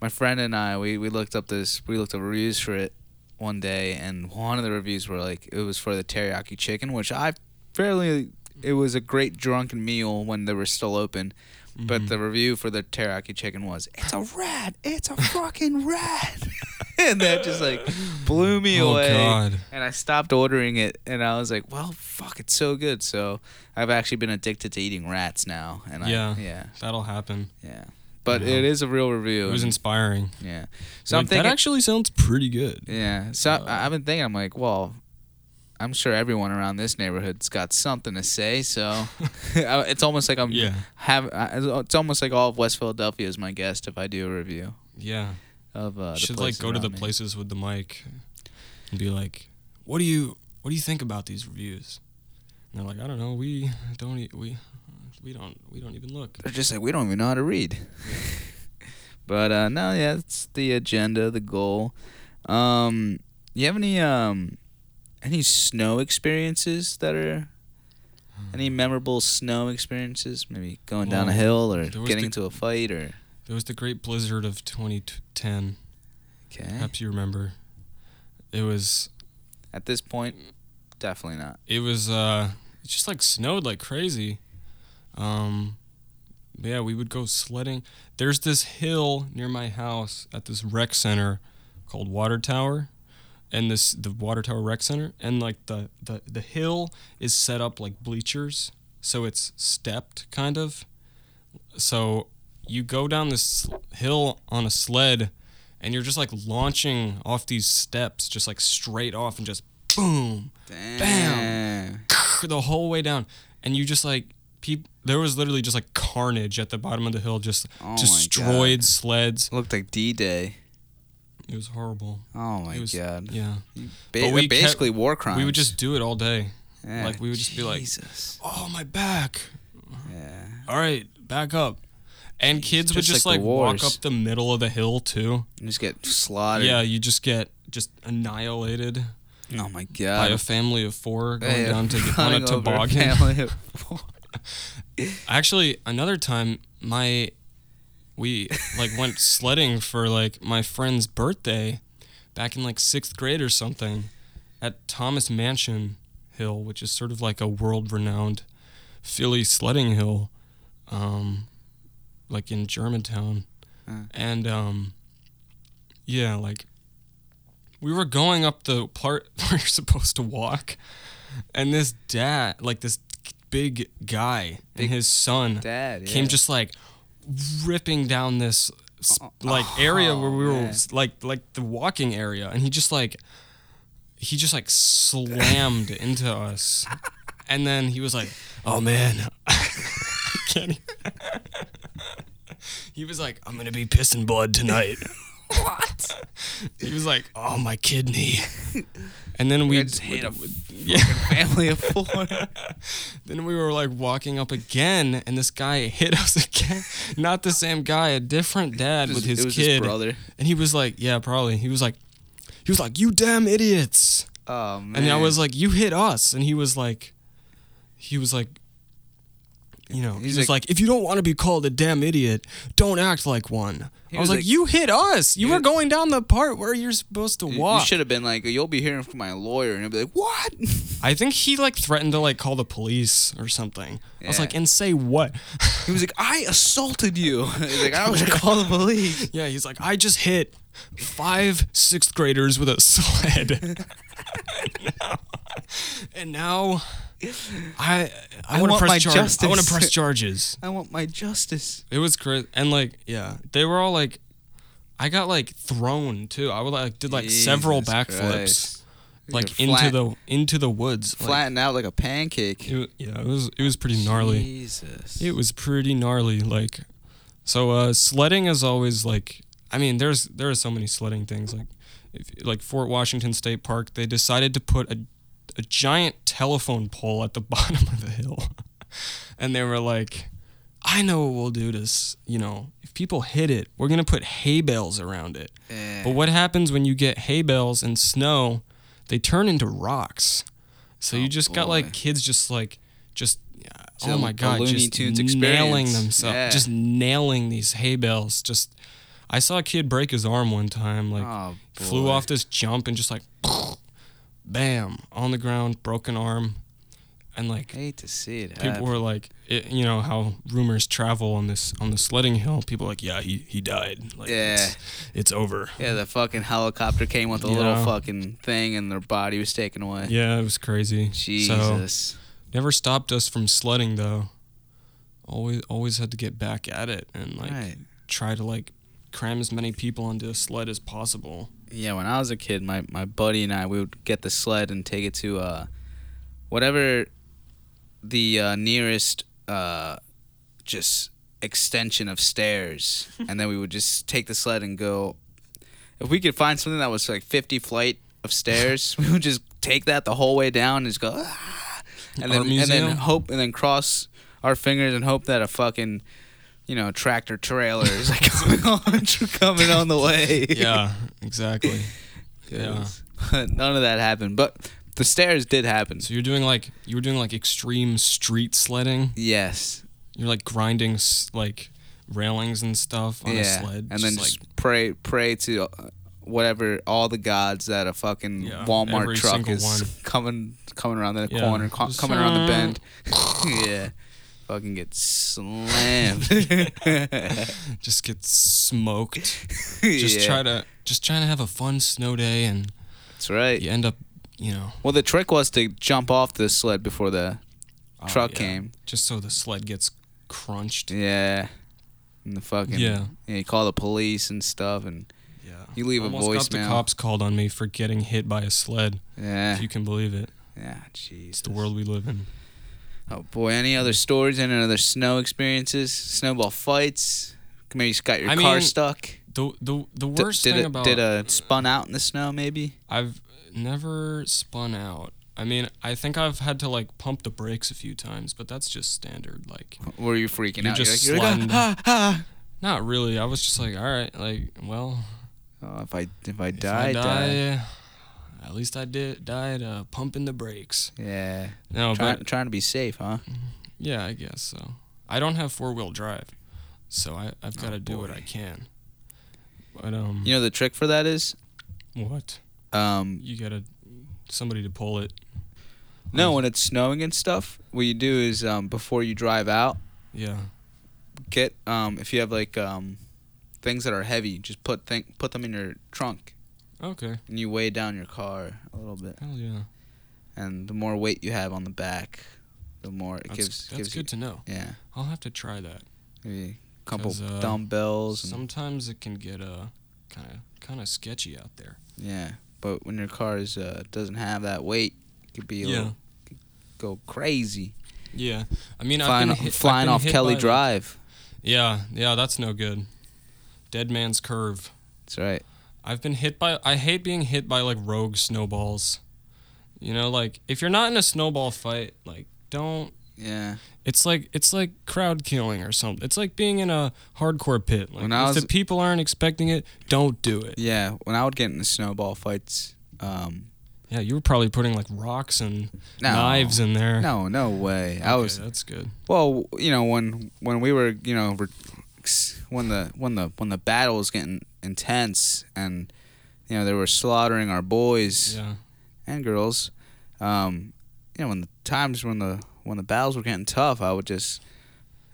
my friend and I we, we looked up this we looked up reviews for it one day, and one of the reviews were like it was for the teriyaki chicken, which I fairly it was a great drunken meal when they were still open. Mm-hmm. But the review for the teriyaki chicken was, "It's a rat. <laughs> It's a fucking rat," <laughs> and that just like blew me Oh, away. God. And I stopped ordering it, and I was like, "Well, fuck, it's so good." So I've actually been addicted to eating rats now. And Yeah. I, yeah, That'll happen. yeah. But Wow. it is a real review. It was inspiring. yeah. So I'm Like, that thinking. actually sounds <laughs> pretty good. <laughs> yeah. So I, I've been thinking. I'm like, well, I'm sure everyone around this neighborhood's got something to say. So <laughs> I- it's almost like I'm Yeah. have. I- It's almost like all of West Philadelphia is my guest if I do a review Yeah. of uh, the should like places go to around the me. places with the mic and be like, "What do you what do you think about these reviews?" And they're like, "I don't know. We don't e- we we don't we don't even look." They're just like we don't even know how to read. <laughs> but uh, no, yeah, it's the agenda, the goal. Um, you have any um, any snow experiences that are any memorable snow experiences? Maybe going down a Hmm. Well, hill or there was getting the- into a fight or There was the great blizzard of 2010. okay. Perhaps you remember. It was At this point, definitely not. it was uh it just like snowed like crazy. Um yeah, we would go sledding. There's this hill near my house at this rec center called Water Tower. And this the Water Tower Rec Center and like the the, the hill is set up like bleachers, so it's stepped kind of. So you go down this hill on a sled and you're just like launching off these steps just like straight off and just boom Damn. the whole way down, and you just like peop There was literally just like carnage at the bottom of the hill, just Oh my destroyed sleds. Looked like D Day. It was horrible. Oh my it was god. Yeah, Ba- uh, but we kept- basically war crimes. we would just do it all day. Yeah, like, we would just be like- Jesus. Oh my back! Yeah. All right, back up. And kids would just just like like, the walk wars. up the middle of the hill too. You just get slaughtered. Yeah, you just get just annihilated Oh my by god. a family of four going Hey, <laughs> down to get on a running over toboggan. family <laughs> of four. Actually, another time, my we like <laughs> went sledding for like my friend's birthday back in like sixth grade or something at Thomas Mansion Hill, which is sort of like a world-renowned Philly sledding hill, um, like in Germantown, Uh. and um, yeah, like we were going up the part <laughs> where you're supposed to walk, and this dad, like this big guy Big and his son, Dad. Yeah. came just like ripping down this s- Oh, like area where we were man. s- like like the walking area and he just like he just <laughs> like slammed into us and then he was like oh man <laughs> I can't e- he was like i'm gonna be pissing blood tonight <laughs> what? he was like oh <laughs> my kidney and then we I just hate a <laughs> yeah family of <laughs> four. then we were like walking up again, and this guy <laughs> hit us again. Not the same guy, a different dad with Just- <laughs> his it was his kid. brother. And he was like, "Yeah, probably." He was like, "He was like, you damn idiots!" Oh man. And I was like, "You hit us," and he was like, "He was like, you know, He's he was like- like, if you don't want to be called a damn idiot, don't act like one. He I was was like, like- you hit us. You He were was- going down the part where you're supposed to You- You walk. should have been like, you'll be hearing from my lawyer, and he'll be like, what? <laughs> I think he like threatened to like call the police or something. I was Yeah. like, and say what? he was like, I assaulted you. <laughs> He's like, I don't want to call the police. yeah, he's like, I just hit five sixth graders with a sled. <laughs> and now I I, I want to want my press charges. I want to justice. press charges. I want my justice. <laughs> It was crazy, and like yeah, they were all like, I got like thrown too. I would like did like several Jesus backflips, Christ. like You're flat- into the into the woods. Like, flattened out like a pancake. it, wa- yeah, it was it was pretty gnarly. Jesus. It was pretty gnarly. Like, so uh, sledding is always like. I mean, there's there are so many sledding things. Like, if, like Fort Washington State Park, they decided to put a, a giant telephone pole at the <laughs> bottom of the hill, and they were like, "I know what we'll do to, s- you know, if people hit it, we're gonna put hay bales around it." Yeah. But what happens when you get hay bales and snow? They turn into rocks. So Oh, you just got boy. like kids just like just a- oh my a god, Looney just Tunes nailing experience. themselves, Yeah. just nailing these hay bales. Just I saw a kid break his arm one time, like Oh, flew boy. off this jump and just like, <laughs> bam, on the ground, broken arm, and like I hate to see it. people happen. were like, it, you know how rumors travel on this on the sledding hill. People were like, yeah, he he died. Like, Yeah. it's, it's over. yeah, the fucking helicopter came with a Yeah. little fucking thing, and their body was taken away. <laughs> Yeah, it was crazy. So, Jesus. Never stopped us from sledding though. Always always had to get back at it and like Right. try to like cram as many people onto a sled <laughs> as possible. Yeah, when I was a kid, my, my buddy and I we would get the sled and take it to uh, whatever the uh, nearest uh, just extension of <laughs> stairs, and then we would just take the sled and go. If we could find something that was like fifty flight of stairs, <laughs> we would just take that the whole way down and just go, "Ah," and then Art and then museum? hope and then cross our fingers and hope that a fucking you know tractor trailer is like <laughs> coming on coming on the way. Yeah, exactly. Yeah. <laughs> Yes. None of that happened, but the stairs did happen. So you're doing like you were doing like extreme street sledding. Yes. You're like grinding s- like railings and stuff on yeah. a sled. and then like just pray pray to uh, whatever all the gods that a fucking Yeah, Walmart every truck single is one. <laughs> coming coming around the Yeah. corner, co- Just- coming around the bend. yeah. Fucking get slammed. <laughs> <laughs> just <laughs> get smoked. Just yeah, try to just trying to have a fun snow day and That's right. you end up, you know, Well, the trick was to jump off the sled before the oh, truck yeah, came. just so the sled gets crunched. Yeah. And the fucking Yeah. yeah, you call the police and stuff and Yeah. You leave a Almost got voicemail. Eh. the cops called on me for getting hit by a sled. yeah. If you can believe it. Yeah, jeez. It's the world we live in. Oh boy, any other stories? Any other snow experiences? Snowball fights? Maybe you got your I car mean, stuck. The the the D- worst did thing it, about did a spun out in the snow? Maybe. I've never spun out. I mean, I think I've had to like pump the brakes a few times, but that's just standard. Like, Were you freaking You're out? just you're like, sliding. ah, ah, not really. I was just like, all right, like, well, ah. Oh, if I if I if die, I die. die, at least I did died uh, pumping the brakes. Yeah. No, Try, but trying to be safe, huh? Mm-hmm. yeah, I guess so. I don't have four wheel drive, so I I've got to do what Oh, boy. I can. But um, You know the trick for that is, what? um, you gotta somebody to pull it. Mm-hmm. Oh, no, when it's snowing and stuff, what you do is um, before you drive out, Yeah. get um, if you have like um, things that are heavy, just put thing, put them in your trunk Okay. and you weigh down your car a little bit. Hell yeah. and the more weight you have on the back, the more it That's, gives that's gives good to know. you yeah I'll have to try that. maybe a couple 'Cause, uh, dumbbells and, Sometimes it can get uh kind of kind of sketchy out there. yeah. But when your car is uh, doesn't have that weight, it could be a Yeah. little, go crazy Yeah. I mean, flying I've been hit, I've flying been off hit Kelly by- Drive. Yeah. Yeah. That's no good. Dead man's curve. That's right. I've been hit by. I hate being hit by like rogue snowballs. You know, like if you're not in a snowball fight, like don't Yeah. It's like it's like crowd killing or something. It's like being in a hardcore pit. Like When I if was- the people aren't expecting it, don't do it. Yeah. When I would get into snowball fights, um, Yeah, you were probably putting like rocks and No. knives in there. No, no way. I Okay, was That's good. well, you know, when when we were, you know, re- when the when the when the battle was getting intense and you know they were slaughtering our boys Yeah. and girls, um, you know, when the times when the when the battles were getting tough, I would just,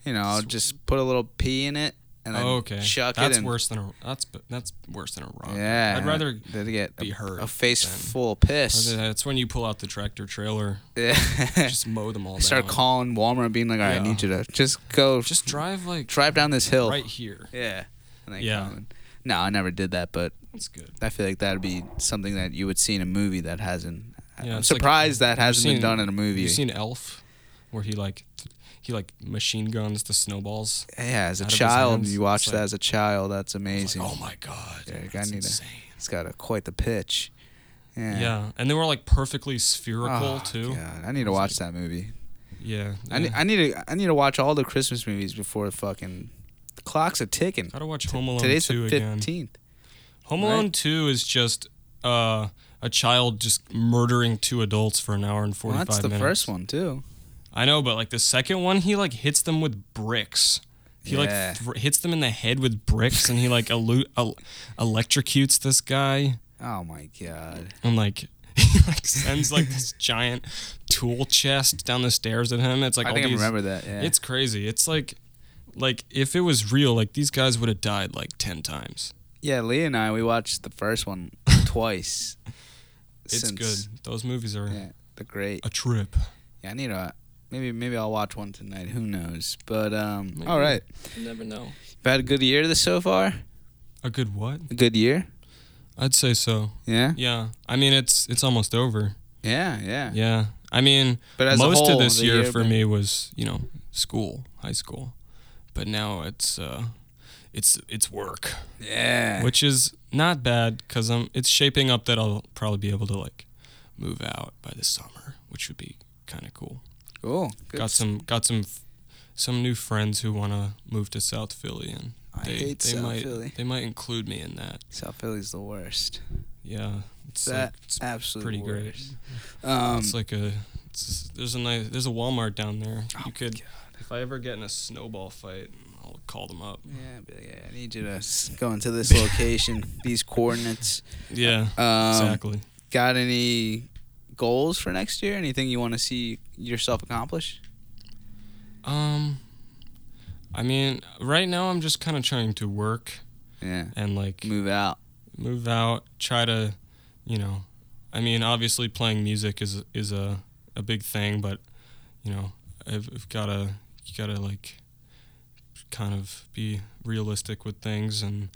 you know, I would just put a little pee in it and then Oh, okay. chuck that's it. And, worse than a that's that's worse than a <laughs> rock. Yeah, I'd rather. they'd get be a, hurt a face than- full of piss. That's when you pull out the <laughs> tractor trailer, Yeah. just mow them all start down. calling Walmart and being like, "All right, I Yeah. need you to just go, just Just drive like drive down this hill." right here. Yeah. And they Yeah. come and- No, I never did that, but That's good. I feel like that'd be something that you would see in a movie that hasn't. Yeah, I'm it's like- surprised that You've hasn't seen- been done in a movie. You've seen Elf, where he like th- he like machine guns the snowballs. yeah, as a Out of His child, Hands, you watch it's that like- as a child. That's It's amazing. Like, oh my god! Yeah, like, I that's need to- insane. It's got a, quite the pitch. Yeah. Yeah. and they were like perfectly spherical Oh, too. God, I need to watch that movie. Yeah, I, need, yeah. I need to I need to watch all the Christmas movies before the fucking the clock's a ticking. gotta watch Home Alone Today's two the again. fifteenth. Home right? Alone two is just uh, a child just murdering two adults for an hour and Well, forty five that's the minutes. first one too. I know, but like the second one, he like hits them with bricks. He Yeah. like th- hits them in the head with bricks, and he like <laughs> elu- el- electrocutes this guy, Oh my god. and like <laughs> he like sends like <laughs> this giant tool chest down the stairs at him. It's like I all think I these. remember that. Yeah. It's crazy. It's like, like if it was real, like these guys would have died like ten times. Yeah, Lee and I we watched the first <laughs> one twice. It's since- good. Those movies are Yeah, the great. a trip. Yeah, I need a maybe maybe I'll watch one tonight. Who knows? But um, Maybe. all right. You never know. You've had a good year this so far. A good what? A good year. I'd say so. Yeah. Yeah. I mean, it's it's almost over. Yeah. Yeah. Yeah. I mean, But as a most whole, of this the year, for been- me was you know school, high school, but now it's uh, it's it's work, Yeah. which is not bad because I'm it's shaping up that I'll probably be able to like move out by the summer, which would be kind of cool. cool. Good. Got some got some f- some new friends who want to move to South Philly and. I They, hate they South might, Philly. They might include me in that. South Philly's the worst. Yeah, it's That like, it's Absolutely. pretty worst. great. Um, it's like a it's, there's a nice there's a Walmart down there. Oh my you could if I ever get in a snowball fight, I'll call them up. yeah, but yeah, I need you to s- go into this location, <laughs> these coordinates. Yeah, Um, exactly. Got any goals for next year? Anything you want to see yourself accomplish? Um, I mean, right now I'm just kind of trying to work Yeah. and like Move out. move out, try to, you know, I mean, obviously playing music is is a a big thing, but you know, I've, I've gotta you gotta like kind of be realistic with things and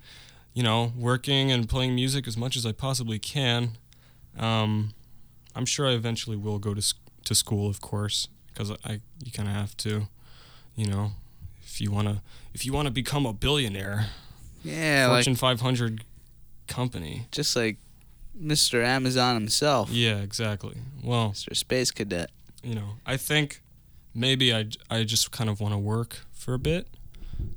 you know working and playing music as much as I possibly can. Um, I'm sure I eventually will go to sc- to school, of course, because I you kind of have to, you know, if you wanna if you wanna become a billionaire, Yeah, Fortune like 500 company. just like Mr. Amazon himself, Yeah, exactly. Well, Mr. Space Cadet. you know, I think maybe I, j- I just kind of want to work for a bit,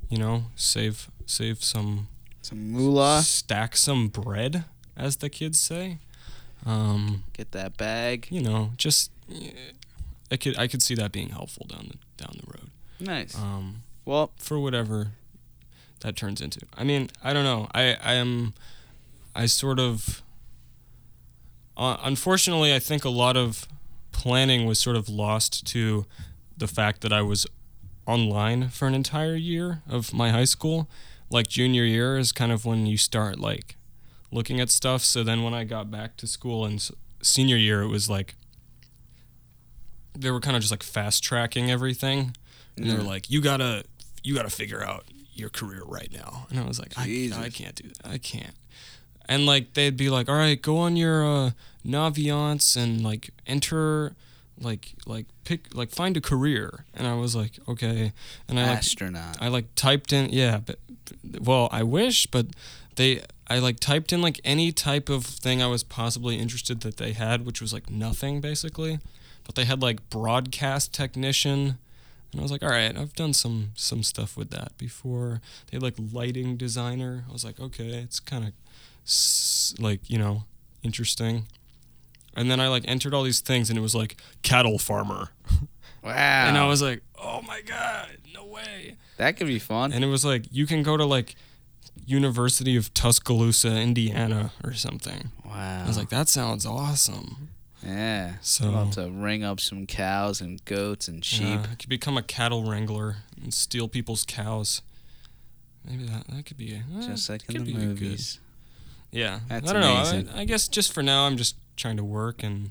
you know, save save some Some moolah. stack some bread, as the kids say. Um, Get that bag. you know, just eh, I could I could see that being helpful down the down the road. Nice. Um, Well, for whatever that turns into. I mean, I don't know. I I am I sort of uh, unfortunately, I think a lot of planning was sort of lost to the fact that I was online for an entire year of my high school. Like junior year is kind of when you start like looking at stuff. So then when I got back to school and senior year, it was like they were kind of just like fast tracking everything, and they were Yeah. like, "You gotta, you gotta figure out your career right now." And I was like, I, Jesus. "I can't do that. I can't." And like they'd be like, "All right, go on your uh, Naviance and like enter." Like, like, pick, like, find a career, and I was like, okay, and I like astronaut. I like typed in yeah, but well, I wish, but they I like typed in like any type of thing I was possibly interested that they had, which was like nothing basically. But they had like broadcast technician and I was like, all right, I've done some some stuff with that before. They had like lighting designer. I was like, okay, it's kind of s- like, you know, interesting. And then I like entered all these things and it was like cattle farmer. Wow. And I was like, "Oh my god, no way." that could be fun. And it was like you can go to like University of Tuscaloosa, Indiana or something. Wow. I was like, "That sounds awesome." yeah. So- about to ring up some cows and goats and sheep. Yeah, I could become a cattle wrangler and steal people's cows. Maybe that, that could be eh, just like could in the be good. movies. Yeah, That's I don't know. amazing. I, I guess just for now, I'm just trying to work and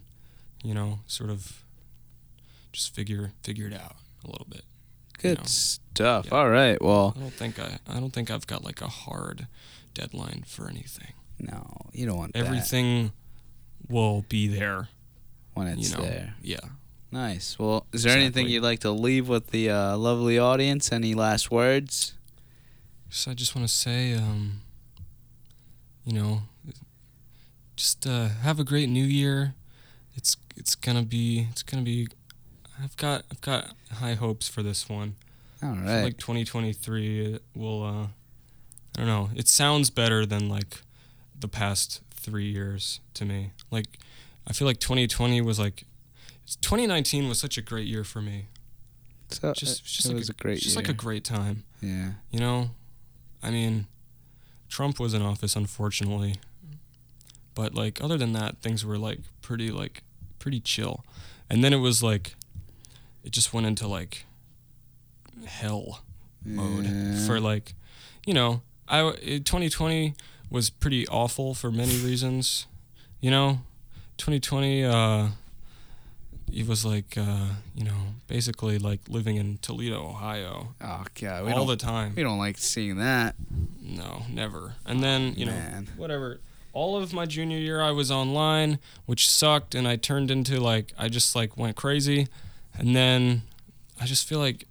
you know, sort of just figure figure it out a little bit. Good know. stuff. Yeah. All right. Well, I don't think I I don't think I've got like a hard deadline for anything. no, you don't want that Everything will be there. when it's you know. there. Yeah. Nice. Well, is there anything Exactly. you'd like to leave with the uh, lovely audience? Any last words? So I just want to say, um, you know, just uh, have a great New Year. It's it's gonna be it's gonna be. I've got I've got high hopes for this one. All I feel right. like 2023 will uh i don't know it sounds better than like the past three years to me like i feel like 2020 was like 2019 was such a great year for me so, just Uh, it- just it like was a great just like a year. great time yeah. you know i mean trump was in office unfortunately but like other than that things were like pretty like pretty chill and then it was like it just went into like hell mode Yeah. for like you know i w- eh, 2020 was pretty awful for many reasons you know 2020 uh it was like uh you know basically like living in toledo ohio Oh god, we all don't the time we don't like seeing that. no never and then you man. know whatever all of my junior year i was online which sucked and i turned into like i just like went crazy and then i just feel like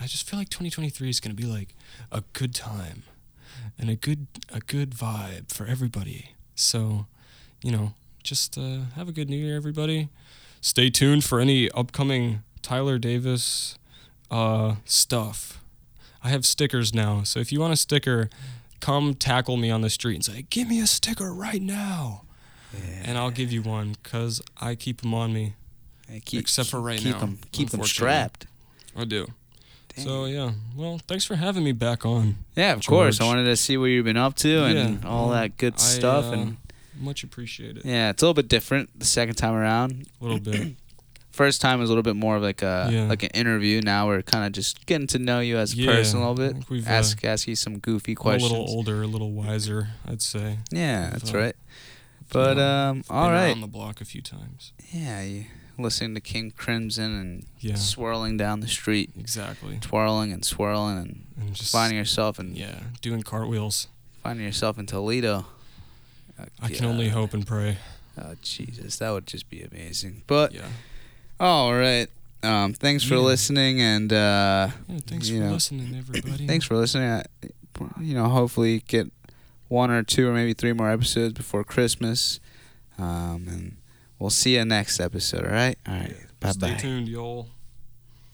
i just feel like 2023 is going to be like a good time and a good a good vibe for everybody so you know just uh, have a good new year everybody stay tuned for any upcoming tyler davis uh, stuff i have stickers now so if you want a sticker come tackle me on the street and say give me a sticker right now and i'll give you one because i keep them on me Hey, keep- Except for right keep now, them keep them unfortunately. strapped. i do Dang. so yeah well thanks for having me back on yeah, of course. I George. wanted to see what you've been up to and Yeah, all well, that good I, stuff. uh, and much appreciated yeah, it's a little bit different the second time around. a <clears throat> little bit First time was a little bit more of like a Yeah. like an interview. Now we're kind of just getting to know you as a Yeah, person a I little bit. think we've, uh, ask ask you some goofy I'm a questions. little older a little wiser i'd say yeah, that's uh, right. But um, all Been right, around the block a few times yeah, you listening to King Crimson and yeah swirling down the street, exactly twirling and swirling and and just finding yourself and yeah doing cartwheels finding yourself in Toledo. Oh, i can only God. hope and pray Oh Jesus, that would just be amazing. But yeah all right, um, thanks for Yeah. listening, and uh, yeah thanks You for know, listening everybody thanks for listening. I, you know, hopefully get one or two or maybe three more episodes before Christmas, um, and we'll see you next episode. All right, all right, bye stay bye. tuned y'all